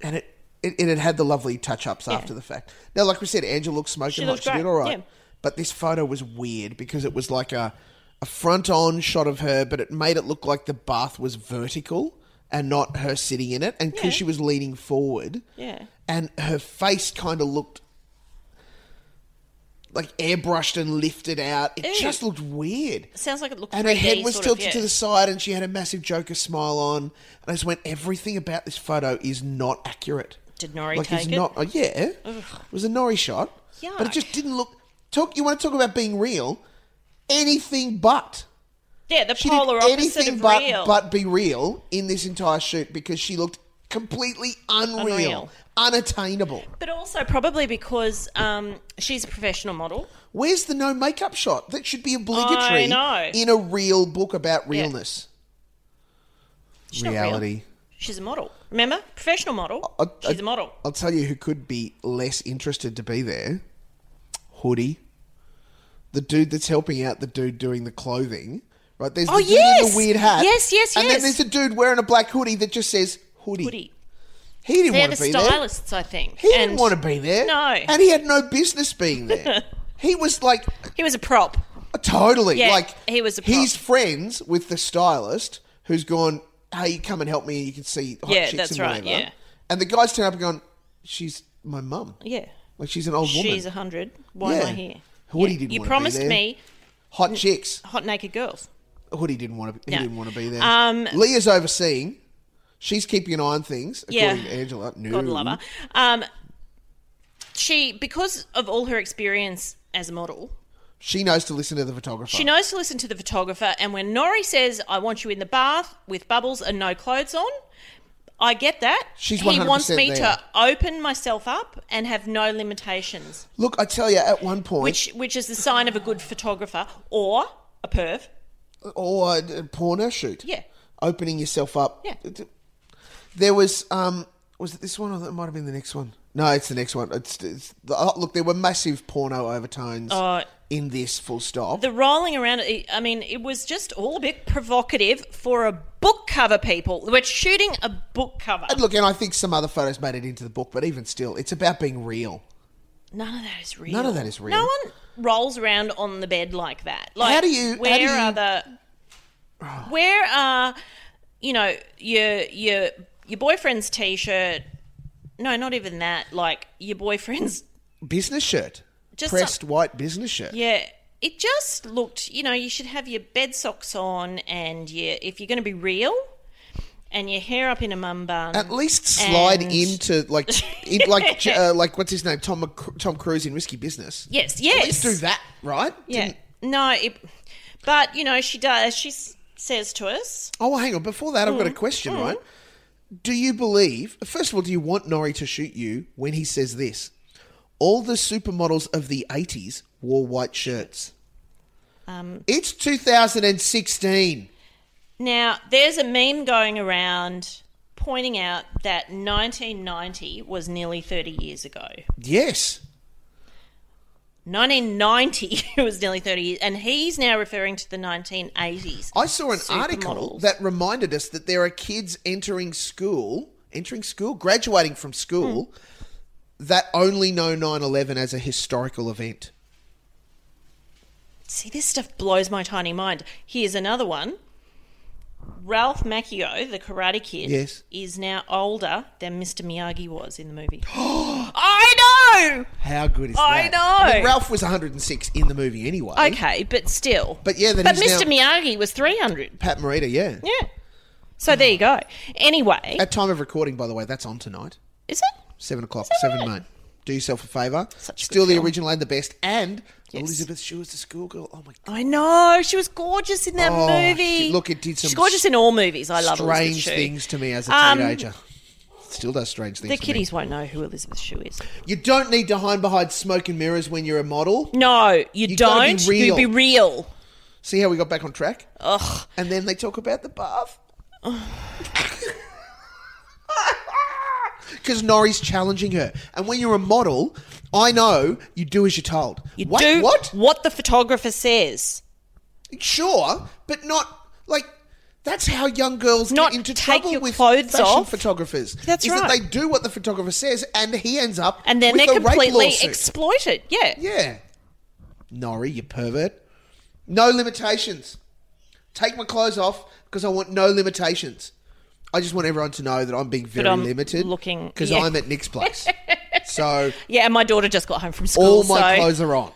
A: and it. It, it had had the lovely touch ups after the fact. Now, like we said, Angela looked smoking
F: She
A: hot.
F: looked
A: She did
F: great,
A: all right.
F: yeah.
A: But this photo was weird because it was like a, a front on shot of her, but it made it look like the bath was vertical and not her sitting in it. And because
F: Yeah.
A: she was leaning forward,
F: Yeah.
A: and her face kind of looked like airbrushed and lifted out. It
F: Ew.
A: just looked weird.
F: Sounds like it looked
A: And her
F: 3D
A: head was
F: sort of,
A: tilted
F: yeah.
A: to the side, and she had a massive Joker smile on. And I just went, everything about this photo is not accurate.
F: Did Nori
A: like it's
F: take it?
A: not? oh, yeah, it was a Nori shot, but it
F: Yuck.
A: just didn't look. Talk. You want to talk about being real? Anything but.
F: Yeah, the
A: She
F: polar
A: did
F: opposite
A: anything
F: of
A: but
F: real.
A: but be real in this entire shoot because she looked completely unreal,
F: Unreal.
A: unattainable.
F: but also probably because um, she's a professional model.
A: Where's the no makeup shot that should be obligatory
F: I know.
A: in a real book about realness?
F: She's not real. She's a model. Remember? Professional model.
A: I- I-
F: she's a model.
A: I'll tell you who could be less interested to be there. Hoodie. The dude that's helping out the dude doing the clothing. Right? There's
F: Oh,
A: the dude in
F: yes!
A: the weird hat.
F: Yes, yes,
A: And then
F: yes.
A: there's a dude wearing a black hoodie that just says hoodie.
F: Woody.
A: He didn't
F: They're
A: want
F: the
A: to be there.
F: stylists, I think.
A: He
F: And
A: didn't want to be there.
F: No.
A: And he had no business being there. he was like
F: he was a prop.
A: Totally.
F: Yeah,
A: like
F: he was a prop.
A: he's friends with the stylist who's gone, Hey, come and help me and you can see hot
F: Yeah,
A: chicks
F: that's
A: and
F: right,
A: whatever.
F: yeah.
A: And the guys turn up and gone, She's my mum.
F: Yeah.
A: Like she's an old woman.
F: She's a hundred. Why am I
A: Yeah.
F: here?
A: Hoodie
F: Yeah.
A: didn't
F: You
A: wanna be
F: promised
A: there.
F: me
A: Hot chicks.
F: Hot naked girls.
A: Hoodie didn't want to. He
F: No.
A: didn't want to be there.
F: Um,
A: Leah's overseeing. She's keeping an eye on things.
F: Yeah.
A: According to Angela. No.
F: God love her.
A: Mm-hmm.
F: Um, she because of all her experience as a model,
A: She knows to listen to the photographer.
F: she knows to listen to the photographer. And when Nori says, "I want you in the bath with bubbles and no clothes on," I get that.
A: She's
F: he wants
A: 100%
F: me
A: there.
F: to open myself up and have no limitations,
A: Look, I tell you, at one point,
F: which which is the sign of a good photographer or a perv.
A: or a oh, uh, porno shoot.
F: Yeah.
A: Opening yourself up.
F: Yeah.
A: There was um was it this one or it might have been the next one? No, it's the next one. It's, it's the, oh, look, there were massive porno overtones in this full stop.
F: Oh. Uh, The rolling around, it- I mean, it was just all a bit provocative for a book cover, people. We're shooting a book cover.
A: And look, and I think some other photos made it into the book, but even still, it's about being real.
F: None of that is real.
A: None of that is real.
F: No one rolls around on the bed like that. Like,
A: How do you- how
F: Where
A: do you-
F: are the? Where are, you know, your your your boyfriend's t-shirt? No, not even that. Like your boyfriend's.
A: Business shirt.
F: Just
A: Pressed
F: some-
A: white business shirt.
F: Yeah. It just looked, you know, you should have your bed socks on, and your if you're going to be real, and your hair up in a mum bun.
A: At least slide
F: and-
A: into like, in, like, j- uh, like what's his name, Tom Mc- Tom Cruise in Risky Business.
F: Yes, yes.
A: At least do that, right?
F: Yeah.
A: Didn't-
F: No, it, but you know, she does. She s- says to us,
A: Oh, hang on. Before that, I've got a
F: Mm-hmm.
A: question, right? Do you believe, first of all, do you want Nori to shoot you when he says this? All the supermodels of the 80s wore white shirts.
F: Um.
A: it's 2016.
F: Now, there's a meme going around pointing out that 1990 was nearly 30 years ago.
A: Yes.
F: 1990 was nearly 30 years, and he's now referring to the 1980s.
A: I saw an article
F: Supermodels.
A: that reminded us that there are kids entering school, entering school, graduating from school,
F: Hmm.
A: that only know 9 11 as a historical event.
F: See, this stuff blows my tiny mind. Here's another one. Ralph Macchio, the Karate Kid,
A: Yes.
F: is now older than Mr. Miyagi was in the movie. I know.
A: How good is
F: I
A: that?
F: know.
A: mean, Ralph was 106 in the movie anyway.
F: Okay, but still.
A: But yeah, that
F: but
A: is
F: Mr. Miyagi was 300.
A: Pat Morita, yeah.
F: Yeah. So there you go. Anyway,
A: At time of recording, by the way, that's on tonight.
F: is it?
A: Seven o'clock,
F: Seven
A: seven
F: nine.
A: nine. Do yourself a favour.
F: Such a
A: Still
F: good
A: the
F: film.
A: original and the best. And
F: Yes.
A: Elizabeth Shue's the schoolgirl. Oh my god.
F: I know she was gorgeous in that
A: Oh,
F: movie.
A: she- look, it did some
F: She's gorgeous in all movies. I love Elizabeth
A: strange
F: Shue.
A: things to me as a
F: Um,
A: teenager. Still does strange things
F: The
A: to me.
F: kiddies won't know who Elizabeth Shue is.
A: You don't need to hide behind smoke and mirrors when you're a model.
F: No, you,
A: You gotta be
F: don't.
A: real.
F: You be real.
A: See how we got back on track?
F: Ugh.
A: And then they talk about the bath. Because Nori's challenging her. And when you're a model, I know you do as you're told.
F: You
A: Wait,
F: do
A: what?
F: what the photographer says.
A: Sure, but not like that's how young girls
F: Not
A: get into
F: take
A: trouble
F: your
A: with
F: clothes
A: fashion
F: off.
A: photographers.
F: That's
A: is that
F: right.
A: they do what the photographer says, and he ends up
F: And then
A: with
F: they're
A: a rape
F: completely
A: lawsuit.
F: exploited. Yeah.
A: yeah, Nori, you pervert. No limitations. Take my clothes off because I want no limitations. I just want everyone to know that I'm being very
F: I'm
A: limited.
F: looking-
A: because
F: yeah.
A: I'm at Nick's place, so
F: Yeah, and my daughter just got home from school.
A: all my
F: so
A: clothes are on.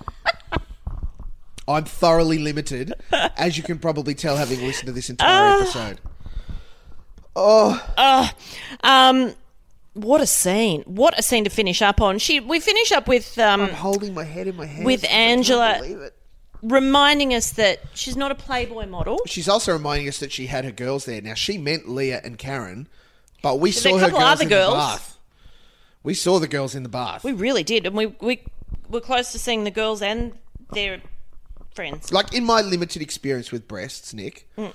A: I'm thoroughly limited, as you can probably tell having listened to this entire
F: Ah.
A: episode.
F: um what a scene. What a scene to finish up on. She we finish up with um
A: I'm holding my head in my hands.
F: With
A: I can't
F: Angela-
A: believe it.
F: reminding us that she's not a playboy model.
A: She's also reminding us that she had her girls there. Now, she meant Leah and Karen, but we
F: a
A: saw her
F: couple
A: girls
F: other
A: in
F: girls.
A: the bath. We saw the girls in the bath.
F: We really did, and we we were close to seeing the girls and their friends.
A: like, in my limited experience with breasts, Nick,
F: Mm.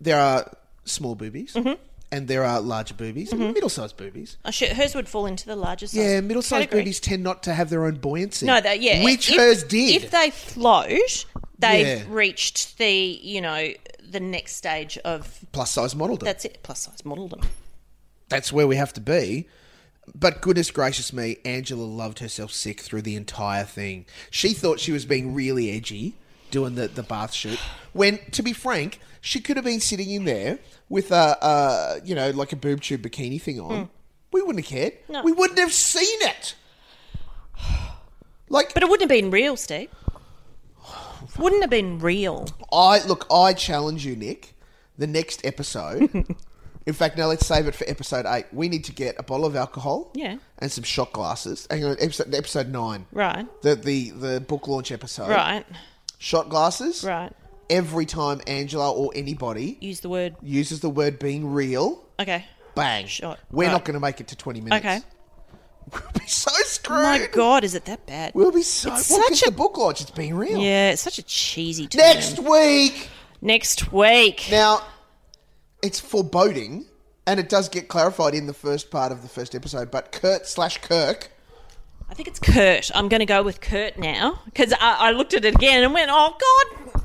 A: there are small boobies
F: Mm-hmm.
A: and there are larger boobies, middle sized boobies.
F: Oh, shit, hers would fall into the larger size.
A: Yeah, middle sized
F: category.
A: boobies tend not to have their own buoyancy.
F: No, that yeah.
A: Which
F: if,
A: hers did.
F: If they float, they've
A: Yeah.
F: reached the you know the next stage of
A: plus size modeldom. That's,
F: that's it plus size modeldom.
A: where we have to be. But goodness gracious me, Angela loved herself sick through the entire thing. She thought she was being really edgy doing the, the bath shoot. When, to be frank, she could have been sitting in there with a, a you know, like a boob tube bikini thing on. We wouldn't have cared.
F: No.
A: We wouldn't have seen it. Like,
F: But it wouldn't have been real, Steve. Wouldn't have been real.
A: I look. I challenge you, Nick. The next episode. in fact, now let's save it for episode eight. We need to get a bottle of alcohol.
F: Yeah.
A: And some shot glasses. Hang on, episode episode nine.
F: Right.
A: The the the book launch episode.
F: Right.
A: Shot glasses.
F: Right.
A: Every time Angela or anybody
F: Use the word.
A: uses the word being real,
F: Okay.
A: bang.
F: Shot.
A: We're
F: Right.
A: not going to make it to twenty minutes.
F: Okay.
A: We'll be so screwed.
F: My God, is it that bad?
A: We'll be so.
F: It's
A: well,
F: such
A: 'cause
F: a-
A: the book launch. It's being real.
F: Yeah, it's such a cheesy. Term.
A: Next week.
F: Next week.
A: Now, it's foreboding, and it does get clarified in the first part of the first episode. But Kurt slash Kirk,
F: I think it's Kurt. I'm going to go with Kurt now because I, I looked at it again and went, "Oh God,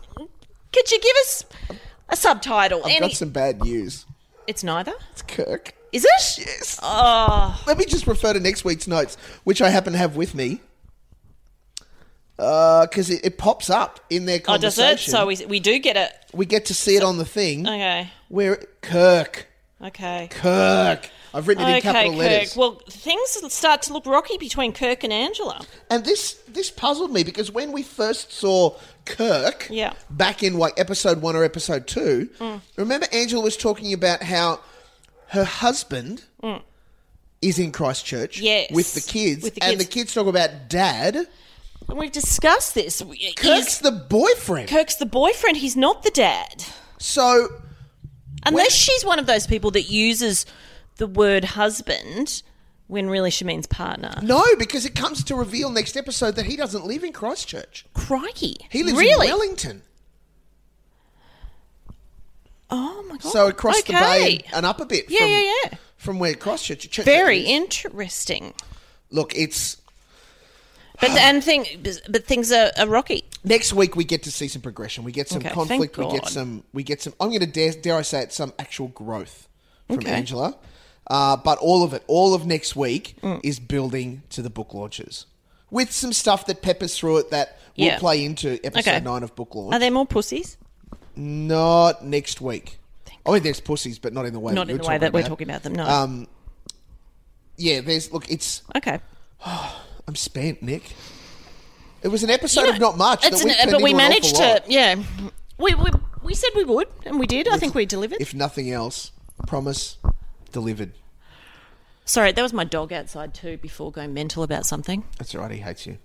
F: could you give us a subtitle?"
A: I've
F: Any-
A: got some bad news.
F: it's neither.
A: It's Kirk.
F: Is it?
A: Yes.
F: Oh.
A: Let me just refer to next week's notes, which I happen to have with me, because it, it pops up in their
F: Oh, does
A: conversation.
F: it? So we, Oh. we do get it.
A: we get to see it on the thing.
F: Okay.
A: Where Kirk,
F: Okay.
A: Kirk. I've written it in
F: Okay,
A: capital
F: Kirk.
A: letters.
F: Well, things start to look rocky between Kirk and Angela.
A: And this this puzzled me because when we first saw Kirk,
F: Yeah. Mm.
A: back in like episode one or episode two, remember Angela was talking about how her husband is in Christchurch,
F: Mm. Yes.
A: with the kids,
F: With the
A: and the
F: kids.
A: kids talk about dad.
F: And we've discussed this. We-
A: Kirk's
F: is-
A: the boyfriend,
F: Kirk's the boyfriend. He's not the dad.
A: so
F: Unless she's one of those people that uses the word husband when really she means partner.
A: no, because it comes to reveal next episode that he doesn't live in Christchurch.
F: Crikey.
A: He lives
F: really?
A: in Wellington,
F: Oh my god.
A: so across the bay
F: Okay.
A: and, and up a bit.
F: Yeah,
A: from,
F: yeah, yeah.
A: From where Christchurch, Church-
F: Very
A: is.
F: interesting.
A: Look, it's
F: But and thing but things are, are rocky.
A: next week we get to see some progression. We get some
F: Okay, thank
A: conflict. We get
F: God.
A: some. We get some. I'm going to dare, dare I say it, some actual growth from
F: Okay.
A: Angela. Uh, but all of it, all of next week
F: Mm.
A: is building to the book launches with some stuff that peppers through it that will
F: Yeah.
A: play into episode
F: Okay.
A: nine of book launch.
F: Are there more pussies?
A: not next week. Oh, there's pussies, but not in the way.
F: Not
A: that
F: in
A: you're
F: the way that we're talking about them. No.
A: Um, yeah, there's. Look, it's.
F: okay.
A: I'm spent, Nick. It was an episode of
F: know,
A: not much.
F: It's
A: that we
F: an- but we managed to,
A: Lot.
F: yeah. We, we, we said we would, and we did. I think we delivered.
A: If nothing else, promise delivered.
F: Sorry, that was my dog outside too before going mental about something.
A: That's all right. He hates you.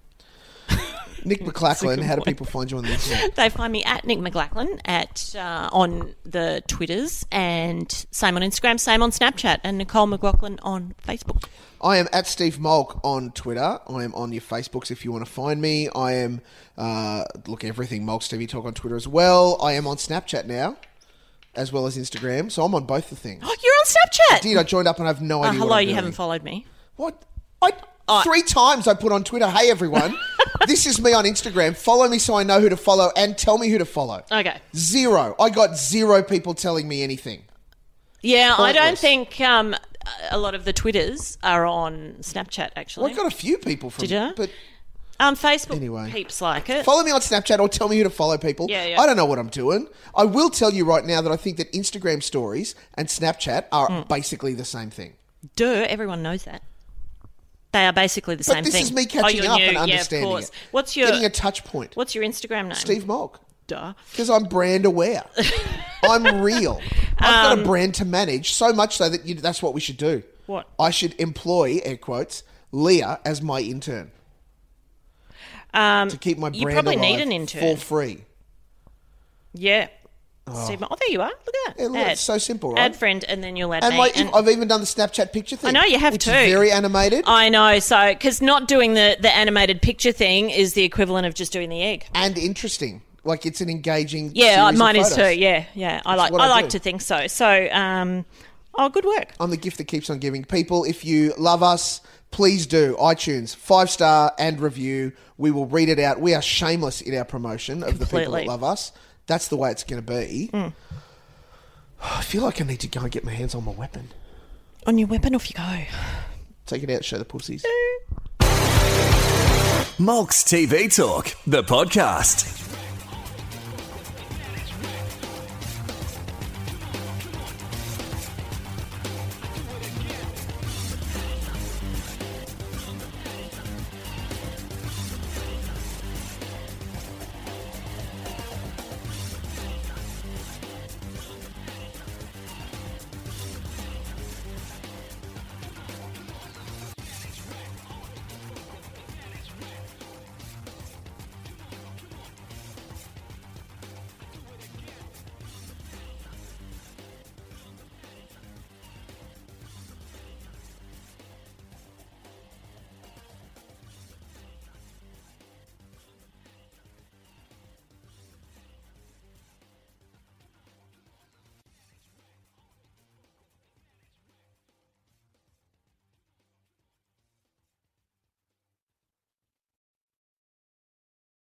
A: Nick McLachlan, how do people find you on the internet?
F: They find me at Nick McLachlan at uh, on the Twitters and same on Instagram, same on Snapchat, and Nicole McLaughlin on Facebook.
A: I am at Steve Mulk on Twitter. I am on your Facebooks if you want to find me. I am, uh, look, everything Mulk Stevie Talk on Twitter as well. I am on Snapchat now, as well as Instagram. So I'm on both the things.
F: Oh, you're on Snapchat.
A: Dude, I joined up and I have no
F: Uh,
A: idea. what
F: hello,
A: I'm
F: you
A: doing.
F: haven't followed me.
A: What? I
F: Oh.
A: three times I put on Twitter, "Hey everyone, this is me on Instagram. Follow me so I know who to follow and tell me who to follow."
F: Okay.
A: Zero. I got zero people telling me anything.
F: Yeah, I don't
A: Pointless.
F: think um, a lot of the Twitters are on Snapchat actually.
A: Well, I got a few people from.
F: Did ya?
A: But
F: um, Facebook
A: Anyway.
F: peeps like it.
A: follow me on Snapchat or tell me who to follow people.
F: Yeah, yeah.
A: I don't know what I'm doing. I will tell you right now that I think that Instagram stories and Snapchat are
F: Hmm.
A: basically the same thing.
F: Duh, everyone knows that. They are basically the
A: But
F: same
A: this
F: thing.
A: is me
F: Oh,
A: catching
F: you're
A: up
F: new.
A: and
F: Yeah, of
A: understanding
F: course.
A: it.
F: What's your
A: getting a touch point?
F: What's your Instagram name?
A: Steve Mulk.
F: Duh.
A: Because I'm brand aware. I'm real. I've
F: Um,
A: got a brand to manage, so much so that you, that's what we should do.
F: What?
A: I should employ, air quotes, Leah as my intern
F: Um,
A: to keep my brand
F: you probably
A: alive
F: need an
A: for
F: intern.
A: free.
F: yeah. Steve. Mul- Oh, there you are. Look at that.
A: Yeah, look,
F: Add.
A: it's so simple, right?
F: Add friend, and then you'll add
A: And
F: me.
A: like,
F: and-
A: I've even done the Snapchat picture thing.
F: I know you have
A: which
F: too.
A: Is very animated.
F: I know. So, because not doing the the animated picture thing is the equivalent of just doing the egg.
A: and interesting. Like it's an engaging.
F: Yeah,
A: series of
F: mine is too.
A: photos.
F: Yeah, yeah. I like.
A: what
F: I,
A: I
F: like
A: do.
F: to think so. So, um, oh, good work.
A: I'm the gift that keeps on giving. People, if you love us, please do iTunes five star and review. We will read it out. We are shameless in our promotion of the people that
F: Completely. Mm.
A: love us. That's the way it's going to be. I feel like I need to go and get my hands on my weapon.
F: On your weapon, off you go.
A: Take it out, show the pussies.
G: Mulk's TV Talk, the podcast.